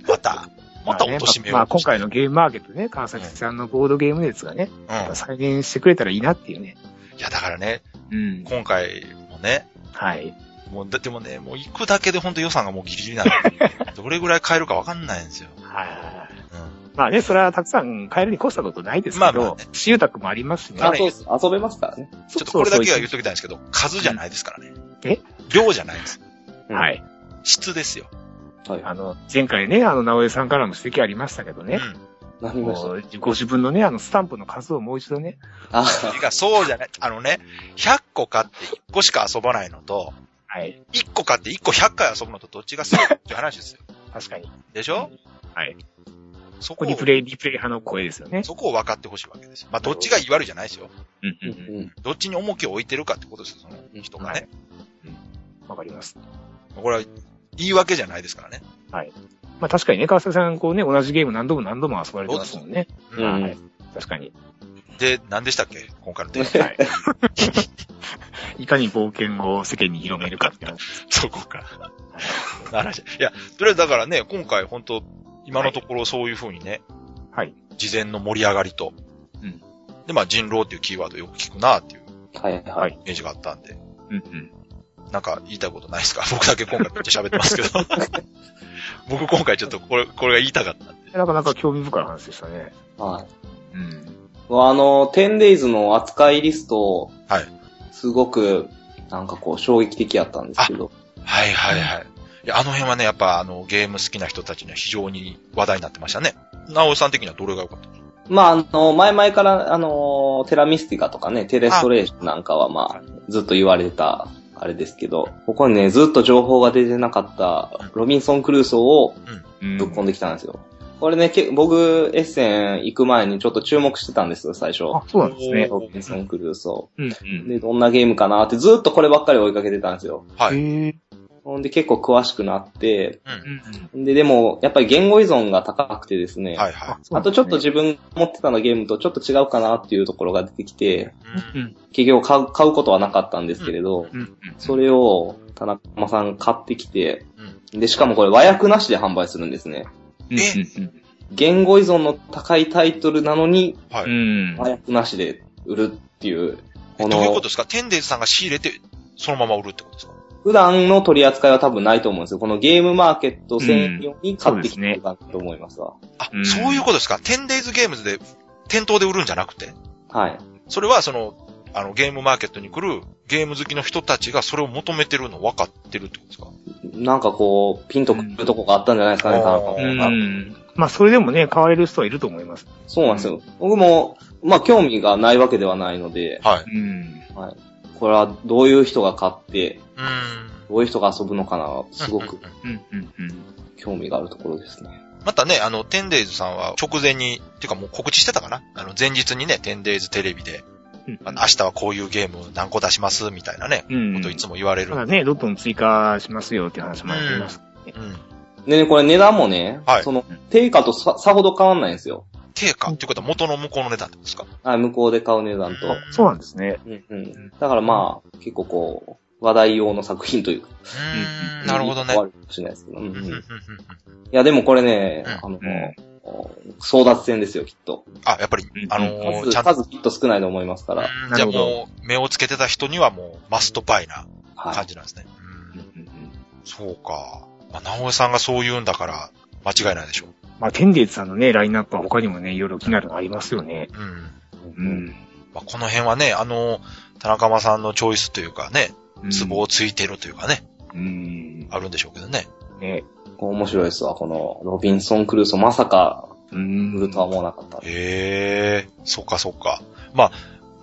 Speaker 1: また、また
Speaker 2: あね
Speaker 1: 落としめよう
Speaker 2: まあ、まあ今回
Speaker 1: の。
Speaker 2: のゲームマーケットね、川崎さんのボードゲーム熱がね、
Speaker 1: うん。
Speaker 2: やっぱ再現してくれたらいいなっていうね。
Speaker 1: いや、だからね、
Speaker 2: うん。
Speaker 1: 今回もね、
Speaker 2: はい。
Speaker 1: もう、だってもうね、もう行くだけで本当予算がもうギリギリなんで、どれぐらい買えるかわかんないんですよ。
Speaker 2: はい。
Speaker 1: うん。
Speaker 2: まあね、それはたくさん買えるに越したことないですけど、
Speaker 1: まあまあね
Speaker 2: 私有宅もありますしね。
Speaker 3: あ、そうです。遊べますからね。。
Speaker 1: ちょっとこれだけは言っ
Speaker 2: う
Speaker 1: ときたいんですけど、数じゃないですからね。
Speaker 2: え
Speaker 1: 量じゃないです。
Speaker 2: はいい。
Speaker 1: 質ですよ。
Speaker 3: はい。
Speaker 2: あの、前回ね、あの、直江さんからも指摘ありましたけど
Speaker 1: う
Speaker 2: ね、
Speaker 1: ん。
Speaker 3: なりまし
Speaker 2: こ
Speaker 3: た。
Speaker 2: うご自分のね、あの、スタンプの数をもう一度ね、
Speaker 3: あ、
Speaker 1: いや、そうじゃない。あのね、100個買って1個しか遊ばないのと、
Speaker 2: はい。
Speaker 1: 1個買って1個100回遊ぶのとどっちがすごいっていう話ですよ。
Speaker 2: 確かに。こ
Speaker 1: でしょ
Speaker 2: はい。
Speaker 1: そこ
Speaker 2: こ
Speaker 1: を
Speaker 2: リ、プレイ、リプレイ派の声ですよね。
Speaker 1: そこを分かってほしいわけですよ。まあ、どっちがいい悪いじゃないですよ。
Speaker 2: うん
Speaker 3: う。ん。
Speaker 1: どっちに重きを置いてるかってことですよ、その人がね。
Speaker 2: わかります。
Speaker 1: これは、言い訳じゃないですからね。
Speaker 2: まあ確かにね、川崎さん、こうね、同じゲーム何度も何度も遊ばれてますもんね。
Speaker 1: う
Speaker 3: うん
Speaker 2: はい。確かに。
Speaker 1: で、何でしたっけ今回のテーマ。
Speaker 2: はい。いかに冒険を世間に広めるかっていう話。
Speaker 1: そこか。話。いや、とりあえずだからね、今回本当今のところそういう風にね、
Speaker 2: はい。
Speaker 1: 事前の盛り上がりと、
Speaker 2: うん。
Speaker 1: で、まあ人狼っていうキーワードよく聞くなっていう
Speaker 3: はい、
Speaker 2: は
Speaker 3: はいい。
Speaker 1: イメージがあったんで、
Speaker 2: うんうん。
Speaker 1: なんか言いたいことないですか 僕だけ今回めっちゃ喋ってますけど。 僕今回ちょっとこれ、これが言いたかったんで。
Speaker 2: なかなか興味深い話でしたね。
Speaker 3: はい。
Speaker 2: うん。
Speaker 3: あの、10days の扱いリストを、
Speaker 1: はい。
Speaker 3: すごく、なんかこう、衝撃的やったんですけど。
Speaker 1: はいはいはい。いや、あの辺はね、やっぱあの、ゲーム好きな人たちには非常に話題になってましたね。なおさん的にはどれが良かった
Speaker 3: まあ、あの、前々から、あの、テラミスティカとかね、テレストレーションなんかは、まあ、ずっと言われてたあれですけど、ここにね、ずっと情報が出てなかった、ロビンソン・クルーソーを
Speaker 2: うん
Speaker 3: ぶっ込んできたんですよ。これね、け僕、エッセン行く前にちょっと注目してたんですよ、最初。
Speaker 2: あ、そうなんですね。
Speaker 3: ロビンソン・クルーソ
Speaker 2: うん、
Speaker 3: ー。で、どんなゲームかなってずっとこればっかり追いかけてたんですよ。
Speaker 1: は
Speaker 2: うん。
Speaker 1: い。
Speaker 2: へえ。
Speaker 3: ほんで結構詳しくなって、
Speaker 1: う。
Speaker 2: うんん。
Speaker 3: で、でも、やっぱり言語依存が高くてですね。
Speaker 1: はいは
Speaker 2: そうなんですね
Speaker 3: あとちょっと、自分持ってたのゲームとちょっと違うかなっていうところが出てきて、
Speaker 1: い。
Speaker 2: うん、
Speaker 3: 結局買う買うことはなかったんですけれど、
Speaker 2: うん、うん。
Speaker 3: それを田中さん買ってきて、
Speaker 1: うん
Speaker 3: で、しかもこれ和訳なしで販売するんですね。
Speaker 2: うん、
Speaker 1: え
Speaker 3: 言語依存の高いタイトルなのに、
Speaker 1: は
Speaker 2: う
Speaker 1: い。
Speaker 2: ん。
Speaker 3: 和訳なしで売るっていう、
Speaker 1: え
Speaker 3: こ
Speaker 1: どういうこと、
Speaker 3: の
Speaker 1: ですか天ンさんが仕入れて、そのまま売るってことですか
Speaker 3: 普段の取り扱いは多分ないと思うんですよ。このゲームマーケット専用に買ってきてるかと思いますわ。
Speaker 1: あ
Speaker 2: う、ん
Speaker 1: そういうことですか。10 days ゲームズで店頭で売るんじゃなくて。
Speaker 3: はい。
Speaker 1: それはその、あの、ゲームマーケットに来るゲーム好きの人たちがそれを求めてるの分かってるってことですか
Speaker 3: なんかこう、ピンとくるとこがあったんじゃないですかね、
Speaker 1: うん
Speaker 3: 田中
Speaker 2: う
Speaker 3: さんが。
Speaker 2: ん。まあ、それでもね、買われる人はいると思います。
Speaker 3: そうなんですよ。僕も、まあ興味がないわけではないので、
Speaker 1: はい。
Speaker 2: うん。
Speaker 3: これはどういう人が買って、
Speaker 1: うー
Speaker 3: どういう人が遊ぶのかな、
Speaker 1: ん。
Speaker 3: すごく
Speaker 1: うんうんうん
Speaker 2: うん、うん、うん。
Speaker 3: 興味があるところですね。
Speaker 1: またね、あの、10 days さんは直前に、っていうかもう告知してたかなあの、前日にね、10 days テレビで、
Speaker 2: うん
Speaker 1: あの明日はこういうゲーム何個出しますみたいなね、
Speaker 2: うん
Speaker 1: こといつも言われる
Speaker 2: た。だね、どんどん追加しますよっていう話もあります。
Speaker 1: うん。
Speaker 3: でね、これ値段もね、
Speaker 1: はい
Speaker 3: その、定価とささほど変わんないんですよ。
Speaker 1: 定価っていうことは元の向こうの値段ってことですか
Speaker 3: あ向こうで買う値段と。
Speaker 2: そうなんですね。
Speaker 3: うんうん、だからまあ、結構こう、話題用の作品というか。
Speaker 1: うーん、なるほどね
Speaker 3: 変。わるかもしれないですけど。うんう
Speaker 1: うんんうんうんう
Speaker 3: い
Speaker 1: ん
Speaker 3: や、でもこれね、
Speaker 1: う
Speaker 3: あの、
Speaker 2: ん
Speaker 3: 争奪戦ですよ、きっと。
Speaker 1: あ、やっぱり、
Speaker 2: うん
Speaker 1: あのー、ちゃ
Speaker 3: 数、
Speaker 1: んと、
Speaker 3: 数きっと少ないと思いますから。
Speaker 1: うんじゃあもう、目をつけてた人にはもう、マストバイな
Speaker 3: は
Speaker 1: 感
Speaker 3: い。
Speaker 1: じなんですね。う
Speaker 2: う
Speaker 1: んん
Speaker 2: うんうん
Speaker 1: そうか。まあ、直江さんがそう言うんだから、間違いないでしょう。
Speaker 2: まあ、テンデイツさんのね、ラインナップは他にもね、いろいろ気になるのありますよね。
Speaker 1: うん。
Speaker 2: う。ん。
Speaker 1: まあ、この辺はね、あのー、田中間さんのチョイスというかね、ツボ
Speaker 2: う
Speaker 1: をついてるというかね、
Speaker 2: ん。
Speaker 1: あるんでしょうけどね。
Speaker 2: ね。
Speaker 3: 面白いですわ、この、ロビンソン・クルーソー、まさか、
Speaker 2: うん
Speaker 3: 売るとは思わなかった。
Speaker 1: へえ、そっかそっか。まあ、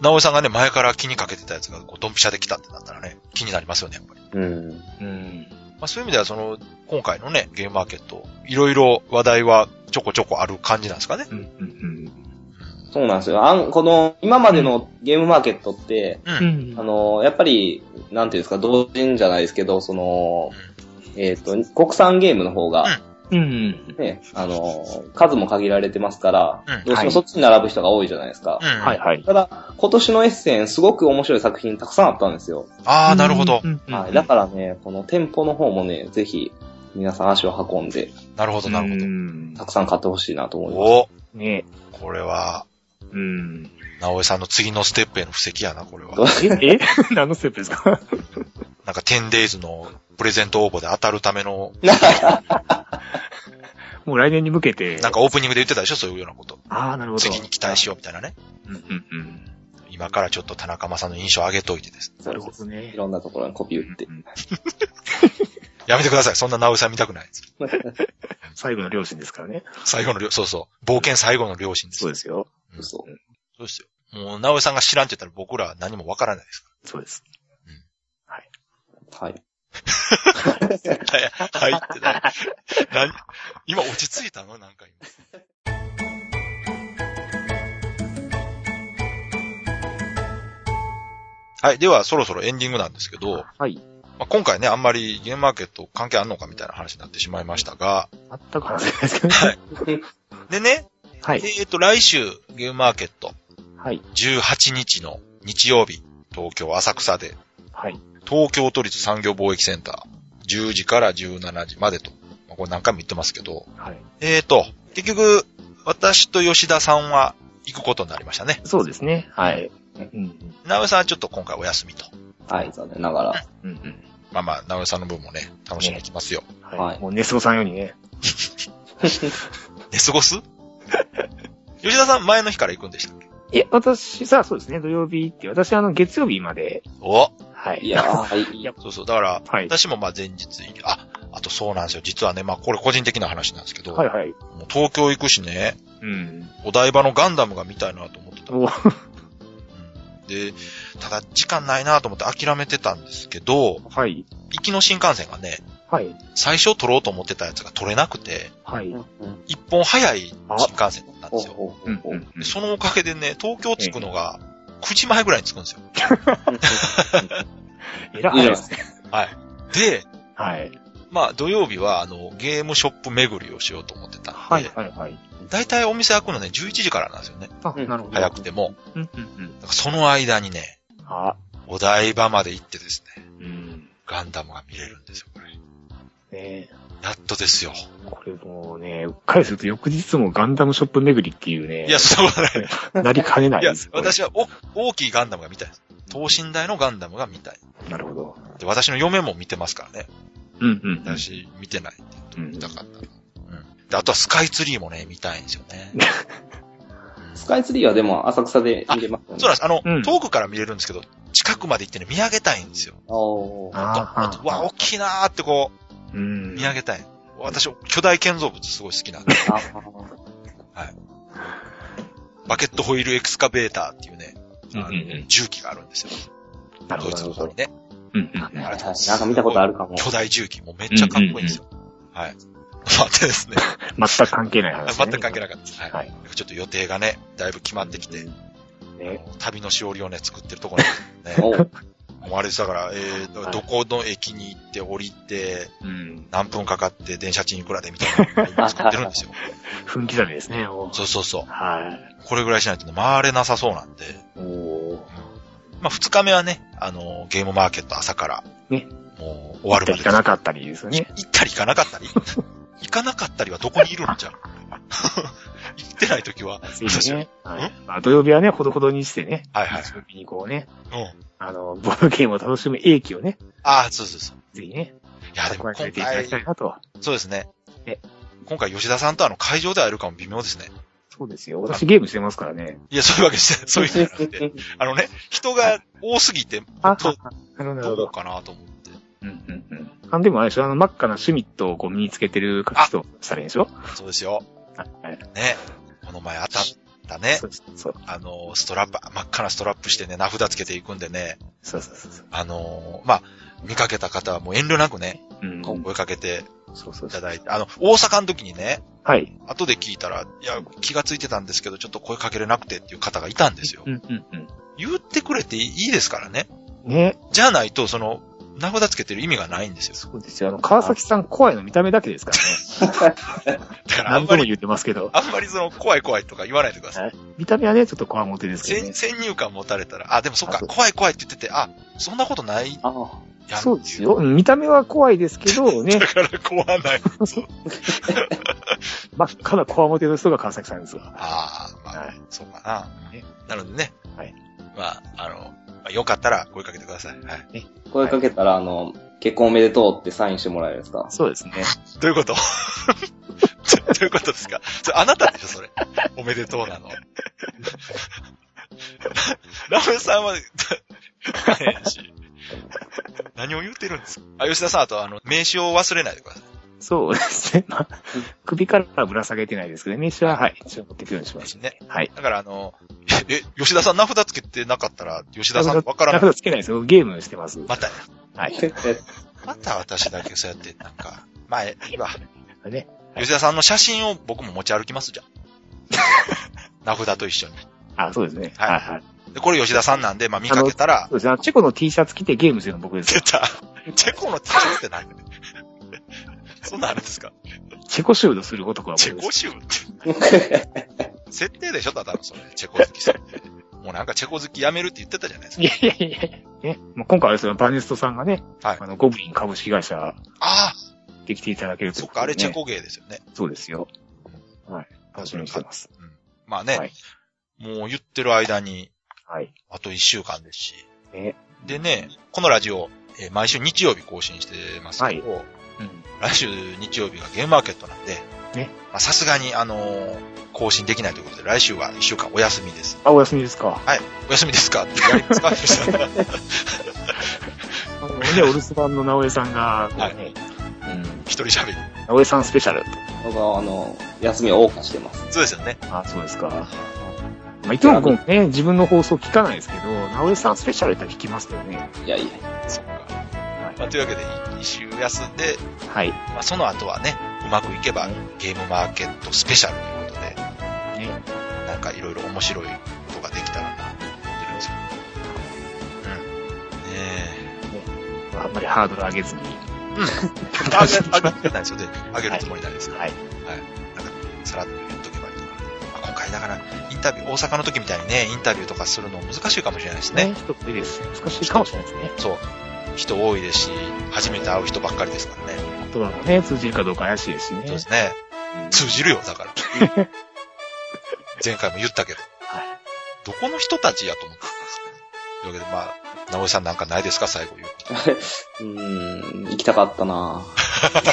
Speaker 1: 直江さんがね、前から気にかけてたやつが、こう、ドンピシャで来たってなったらね、気になりますよね、やっぱり。
Speaker 3: うん。
Speaker 2: うん。
Speaker 1: まあ、そういう意味では、その、今回のね、ゲームマーケット、いろいろ話題はちょこちょこある感じなんですかね。
Speaker 2: うん。うん。
Speaker 3: そうなんですよ。あん、この、今までのゲームマーケットって、
Speaker 1: う。
Speaker 2: うんん。
Speaker 3: あの、やっぱり、なんていうんですか、同人じゃないですけど、その、えっ、と、国産ゲームの方が、
Speaker 2: うん。
Speaker 3: ね、あの、数も限られてますから、
Speaker 1: うん
Speaker 3: どうして
Speaker 2: はい
Speaker 3: もそっちに並ぶ人が多いじゃないですか。
Speaker 1: うん。
Speaker 2: はいはい。
Speaker 3: ただ、今年のエッセン、すごく面白い作品たくさんあったんですよ。
Speaker 1: ああ、なるほど
Speaker 2: う。ん。
Speaker 3: はい。だからね、この店舗の方もね、ぜひ、皆さん足を運んで、
Speaker 1: なるほど、なる
Speaker 2: うん
Speaker 3: たくさん買ってほしいなと
Speaker 1: ほ
Speaker 3: 思い
Speaker 1: ど。
Speaker 3: ます。
Speaker 1: お
Speaker 2: ね。
Speaker 1: これは、
Speaker 2: うん。
Speaker 1: 直江さんの次のステップへの布石やな、これは。
Speaker 2: え、 え何のステップですか
Speaker 1: なんか 10days のプレゼント応募で当たるための、
Speaker 2: もう来年に向けて。
Speaker 1: なんかオープニングで言ってたでしょ、そういうようなこと。
Speaker 2: ああ、なるほど。
Speaker 1: 次に期待しようみたいなね。
Speaker 2: うんうんうん。
Speaker 1: 今からちょっと田中間さんの印象を上げといてです。
Speaker 2: なるほどね
Speaker 3: い。ろんなところにコピー打って
Speaker 2: う。ん
Speaker 1: やめてください。そんな直江さん見たくないです。
Speaker 2: 最後の両親ですからね。
Speaker 1: 最後の両、そうそう。冒険最後の両親です。
Speaker 2: そうですよ。
Speaker 1: うん
Speaker 3: 嘘。
Speaker 1: そうですよ。もう、直江さんが知らんって言ったら僕らは何もわからないですか
Speaker 2: そうです。
Speaker 3: はい。
Speaker 1: ら。はい、ってな。何今落ち着いたのなんか今。はい。では、そろそろエンディングなんですけど、
Speaker 2: はい。
Speaker 1: まあ、今回ね、あんまりゲームマーケット関係あんのかみたいな話になってしまいましたが、
Speaker 2: 全く話せないですけどね。
Speaker 1: でね、
Speaker 2: はい。
Speaker 1: えっと、来週、ゲームマーケット、
Speaker 2: はい。
Speaker 1: 18日の日曜日、東京浅草で、
Speaker 2: はい。
Speaker 1: 東京都立産業貿易センター、10時から17時までと、まあこれ何回も言ってますけど、
Speaker 2: はい。
Speaker 1: えーと、結局、私と吉田さんは行くことになりましたね。
Speaker 2: そうですね。はい。うん。
Speaker 1: 直江さんはちょっと今回お休みと。
Speaker 3: はい、残念ながら。
Speaker 2: うんうん。
Speaker 1: まあまあ、直江さんの分もね、楽しんでいきますよ。
Speaker 2: は。
Speaker 3: はいい
Speaker 2: もう寝過ごさんようにね。
Speaker 1: 寝過ごす 吉田さん前の日から行くんでしたっけ
Speaker 2: いや、私さ、そうですね、土曜日って、私あの、月曜日まで、
Speaker 1: お
Speaker 2: はい。
Speaker 3: いやー、い
Speaker 2: いや
Speaker 1: そうそう、だから、
Speaker 2: はい。
Speaker 1: 私もまあ前日行き、あ、あとそうなんですよ。実はね、まあこれ個人的な話なんですけど、
Speaker 2: はいはい。
Speaker 1: もう東京行くしね、
Speaker 2: うん。
Speaker 1: お台場のガンダムが見たいなと思ってた。
Speaker 2: お
Speaker 1: で、ただ時間ないなと思って諦めてたんですけど、
Speaker 2: はい。
Speaker 1: 行きの新幹線がね、
Speaker 2: はい。
Speaker 1: 最初取ろうと思ってたやつが取れなくて、
Speaker 2: はい。
Speaker 3: う
Speaker 2: うん
Speaker 3: うん
Speaker 1: 一本早い新幹線だったん
Speaker 3: ほ
Speaker 1: で
Speaker 3: う
Speaker 1: すよ。
Speaker 3: ほうほうほう。
Speaker 2: ん
Speaker 1: でそのおかげでね、東京着くのが9時前ぐらいに着くんですよ。
Speaker 2: えら
Speaker 3: いい
Speaker 2: いで
Speaker 3: じゃないです
Speaker 2: ね。
Speaker 1: はい。で、
Speaker 2: はい。
Speaker 1: まあ土曜日はあのゲームショップ巡りをしようと思ってたんで、
Speaker 2: はい、はい、はい。
Speaker 1: だいたいお店開くのね、11時からなんですよね。
Speaker 2: あ、なるほど。
Speaker 1: 早くても。
Speaker 2: うん、うん、うん。
Speaker 1: だからその間にね、
Speaker 2: あ、
Speaker 1: お台場まで行ってですね、
Speaker 2: うん。
Speaker 1: ガンダムが見れるんですよ、これ。
Speaker 2: ねえ
Speaker 1: やっとですよ。
Speaker 2: これもうね、うっかりすると翌日もガンダムショップ巡りっていうね、
Speaker 1: いや、そんなことない。
Speaker 2: なりかねない
Speaker 1: いや
Speaker 2: です、これ
Speaker 1: 私はお大きいガンダムが見たいです。等身大のガンダムが見たい。
Speaker 2: なるほど。
Speaker 1: で、私の嫁も見てますからね。
Speaker 2: うん、うん。
Speaker 1: 私、見てないって言うと
Speaker 2: うん
Speaker 1: 見たかったの。うん。で、あとはスカイツリーもね、見たいんですよね。
Speaker 3: スカイツリーはでも浅草で見れますよね。
Speaker 1: そうなんです。あの、
Speaker 2: うん
Speaker 1: 遠くから見れるんですけど、近くまで行ってね、見上げたいんですよ。
Speaker 3: おー
Speaker 2: あ
Speaker 1: とあと、うわ、大きいなーってこ
Speaker 2: うん。
Speaker 1: う、見上げたい。私、巨大建造物すごい好きなん で、
Speaker 3: あー
Speaker 1: バケットホイールエクスカベーターっていうね、あの
Speaker 2: うんうんうん
Speaker 1: 重機があるんですよ。
Speaker 2: なる
Speaker 1: ド
Speaker 2: ほ
Speaker 1: イ
Speaker 2: ど、
Speaker 1: ツの方
Speaker 2: なるほ
Speaker 1: に
Speaker 2: ど。
Speaker 1: ね。
Speaker 2: うん、うん。
Speaker 3: はいはいなんか見たことあるかも。
Speaker 1: 巨大重機。もうめっちゃかっこいいんですよ。はい。待ってです ね。
Speaker 2: 全く関係ない話、ね。
Speaker 1: 全く関係なかったです。はい。
Speaker 2: はい。
Speaker 1: ちょっと予定がね、だいぶ決まってきて、
Speaker 2: ね。
Speaker 1: 旅のしおりをね、作ってるところなんですね。
Speaker 3: おー
Speaker 1: もうあれです、だから、えー
Speaker 2: はい
Speaker 1: どこの駅に行って降りて、
Speaker 2: うん。
Speaker 1: 何分かかって電車賃いくらでみたいなのを作ってるんです よ。
Speaker 2: 分刻みですね。お
Speaker 1: そうそうそう。
Speaker 2: はい。
Speaker 1: これぐらいしないとね、回れなさそうなんで。
Speaker 2: お
Speaker 1: まあ、二日目はね、あの、ゲームマーケット朝から、
Speaker 2: ね
Speaker 1: もう終わる
Speaker 2: ー。
Speaker 1: ま
Speaker 2: 行
Speaker 1: で
Speaker 2: かなかったりですよね。
Speaker 1: 行ったり行かなかっ たり行かなかったりはどこにいるんじゃん 行ってない時は、
Speaker 2: ぜひね。はい。まあ、土曜日はね、ほどほどにしてね。
Speaker 1: はいはい。
Speaker 2: 曜日にこうね、
Speaker 1: うん。
Speaker 2: あの、ボードゲームを楽しむ英気をね、
Speaker 1: ああ、そうそうそう。
Speaker 2: ぜひね、
Speaker 1: いや、でも今
Speaker 2: 蓄えていただ
Speaker 1: 回
Speaker 2: き、たいなと。
Speaker 1: そうですね
Speaker 2: え。
Speaker 1: 今回吉田さんとあの会場で会えるかも微妙ですね。
Speaker 2: そうですよ。私ゲームしてますからね。
Speaker 1: いや、そういうわけです。そういうわけじゃなくて。あのね、人が多すぎて、
Speaker 2: あ
Speaker 1: そう、
Speaker 2: なるほど、
Speaker 1: ど
Speaker 2: なるほ
Speaker 1: う
Speaker 2: ど。
Speaker 1: かなと思って。
Speaker 2: うん、うん、うん。あでもあれでしょ、あの、真っ赤なシュミットをこう身につけてる人されるでしょ
Speaker 1: そうですよ。
Speaker 2: はい。
Speaker 1: ね。この前当たったね
Speaker 2: そ。うそう。
Speaker 1: あの、ストラップ、真っ赤なストラップしてね、名札つけていくんでね。
Speaker 2: そうそうそうそう。
Speaker 1: あのーまあ、見かけた方はもう遠慮なくね、
Speaker 2: うん。
Speaker 1: お声かけて
Speaker 2: そうそう
Speaker 1: いた
Speaker 2: そう。
Speaker 1: だいて、あの、大阪の時にね、
Speaker 2: はい。
Speaker 1: 後で聞いたら、いや、気がついてたんですけど、ちょっと声かけれなくてっていう方がいたんですよ
Speaker 2: う。ん、うん、うん。
Speaker 1: 言ってくれていいですからね。
Speaker 2: ね。
Speaker 1: じゃないと、その、名札つけてる意味がないんですよ。
Speaker 2: そうですよ。あの、川崎さん怖いの見た目だけですからね。
Speaker 1: だから、あん
Speaker 2: 何
Speaker 1: ま
Speaker 2: 度も
Speaker 1: り、
Speaker 2: 言ってますけど。
Speaker 1: あんまりその、怖い怖いとか言わないでください。
Speaker 2: 見た目はね、ちょっと怖もてですけど
Speaker 1: 先
Speaker 2: ね。
Speaker 1: 先 入観持たれたら、あ、でもそっか、
Speaker 2: あそう
Speaker 1: 怖い怖いって言ってて、あ、そんなことないやん
Speaker 3: あー
Speaker 1: ってい
Speaker 2: そうですよ。。うん見た目は怖いですけど、 ね
Speaker 1: だ、から怖ない。そう
Speaker 2: 真っ赤な怖もての人が川崎さんですわ。
Speaker 1: ああ、まあ、
Speaker 2: はい
Speaker 1: そうか
Speaker 2: ね
Speaker 1: な。なのでね、
Speaker 2: はい
Speaker 1: まあ、あの、まあよかったら声かけてください。はい。
Speaker 3: 声かけたら、あの、結婚おめでとうってサインしてもらえるんですか
Speaker 2: そうですね。
Speaker 1: どういうこと ちょどういうことですかそれあなたでしょ、それ。おめでとうな の。ラムさんは、変やし何を言ってるんですかあ、吉田さん、あと、あの、名刺を忘れないでください。
Speaker 2: そうですね。まあ、首からぶら下げてないですけど、名刺は、はい、一応持っていくようにします。
Speaker 1: ね。
Speaker 2: はい。
Speaker 1: だからあの、え、え吉田さん名札つけてなかったら、吉田さんわから
Speaker 2: な
Speaker 1: ない。
Speaker 2: るほど、つけないですよ。ゲームしてます。
Speaker 1: また、
Speaker 2: はい。
Speaker 1: また私だけそうやって、なんか、まあ、えいいわ。
Speaker 2: ね。
Speaker 1: 吉田さんの写真を僕も持ち歩きますじゃん。 名札と一緒に。
Speaker 2: あ、そうですね。
Speaker 1: はい
Speaker 2: はい、はい。
Speaker 1: で、これ吉田さんなんで、まあ見かけたら
Speaker 2: そ、うですね。あのチェコの T シャツ着てゲームしてるの僕です
Speaker 1: 出
Speaker 2: よ。
Speaker 1: た。チェコの T シャツって何そんなんあれですか
Speaker 2: チェコシュードする男は
Speaker 1: チ
Speaker 2: 僕
Speaker 1: ェ
Speaker 2: で
Speaker 1: コ
Speaker 2: す。
Speaker 1: 州って。設定でしょただのそれ。チェコ好きさんって。もうなんかチェコ好きやめるって言ってたじゃないですか。
Speaker 2: いやいやいやいや。ね。もう今回はですね、バネストさんがね、
Speaker 1: はい
Speaker 2: あの、ゴブリン株式会社
Speaker 1: ああ、
Speaker 2: で来ていただけるとい
Speaker 1: そうっ
Speaker 2: こ
Speaker 1: か、
Speaker 2: と
Speaker 1: あ
Speaker 2: でね
Speaker 1: れチェ。コ芸ですよね。
Speaker 2: そうですよ。はい。楽しみにしてます。
Speaker 1: まあね、
Speaker 2: はい
Speaker 1: もう言ってる間に、
Speaker 2: はい。
Speaker 1: あと一週間ですし。
Speaker 2: ね
Speaker 1: でね、このラジオ、えー毎週日曜日更新してますけど、
Speaker 2: うん。
Speaker 1: 来週日曜日がゲームマーケットなんで、
Speaker 2: ね
Speaker 1: まあさすがに、あのー更新できないということで、来週は一週間お休みです。
Speaker 2: あ、お休みですか。
Speaker 1: お休みですかってやりますか吉田さん
Speaker 2: あ のね、お留守番の直江さんが、
Speaker 1: はい
Speaker 2: ね、うん、
Speaker 1: 一人喋り。
Speaker 2: 直江さんスペシャルと。
Speaker 3: 僕は、あの、休みを謳歌してます。
Speaker 1: そうですよね。
Speaker 2: あ、そうですか。まあ、いつも僕もね、自分の放送聞かないですけど、直江さんスペシャルやったら聞きますけどね。
Speaker 3: いやいや、
Speaker 1: そっか。ま
Speaker 2: は
Speaker 1: あ、
Speaker 2: い。
Speaker 1: というわけで、一週休んで、
Speaker 2: はい。
Speaker 1: まあ、その後はね、うまくいけばゲームマーケットスペシャルということで、
Speaker 2: ね
Speaker 1: なんかいろいろ面白いことができたらな、と思ってるんですよ。うん。ね
Speaker 2: あんまりハードル上げずに。
Speaker 1: え。あげ、あげてないですよね。あげるつもりないですよ。
Speaker 2: はい。
Speaker 1: なんか、さらっと言っとけばいいのかな。まあ、今回だから、インタビュー、大阪の時みたいにね、インタビューとかするの難しいかもしれないですね。
Speaker 2: ね。人多いです。難しいかもしれないですね。
Speaker 1: そう。人多いですし、初めて会う人ばっかりですからね。
Speaker 2: 言葉もね、通じるかどうか怪しいですしね。
Speaker 1: そうですね。
Speaker 2: うん
Speaker 1: 通じるよ、だ から。前回も言ったけど。
Speaker 2: はい
Speaker 1: どこの人たちやと思ってたんですけど。というわけで、まあ、直江さんなんかないですか最後言うこと。
Speaker 3: うーん、行きたかったな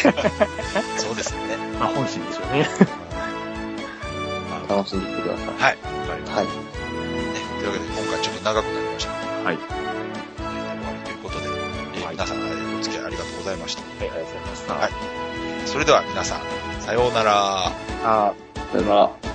Speaker 1: そうですね。
Speaker 2: まあ本心でしょうね。
Speaker 3: 楽しんでいってください。
Speaker 1: はい。わかりまし
Speaker 3: はい。
Speaker 1: たね。というわけで、今回ちょっと長くなりましたので、
Speaker 2: は
Speaker 1: 終わ
Speaker 2: い。
Speaker 1: りということで、えー
Speaker 2: はい
Speaker 1: 皆さんお付き合いありがとうございました。
Speaker 2: ありがとうございました。
Speaker 1: はいそれでは皆さん、さようなら。
Speaker 2: あー
Speaker 3: さよなら。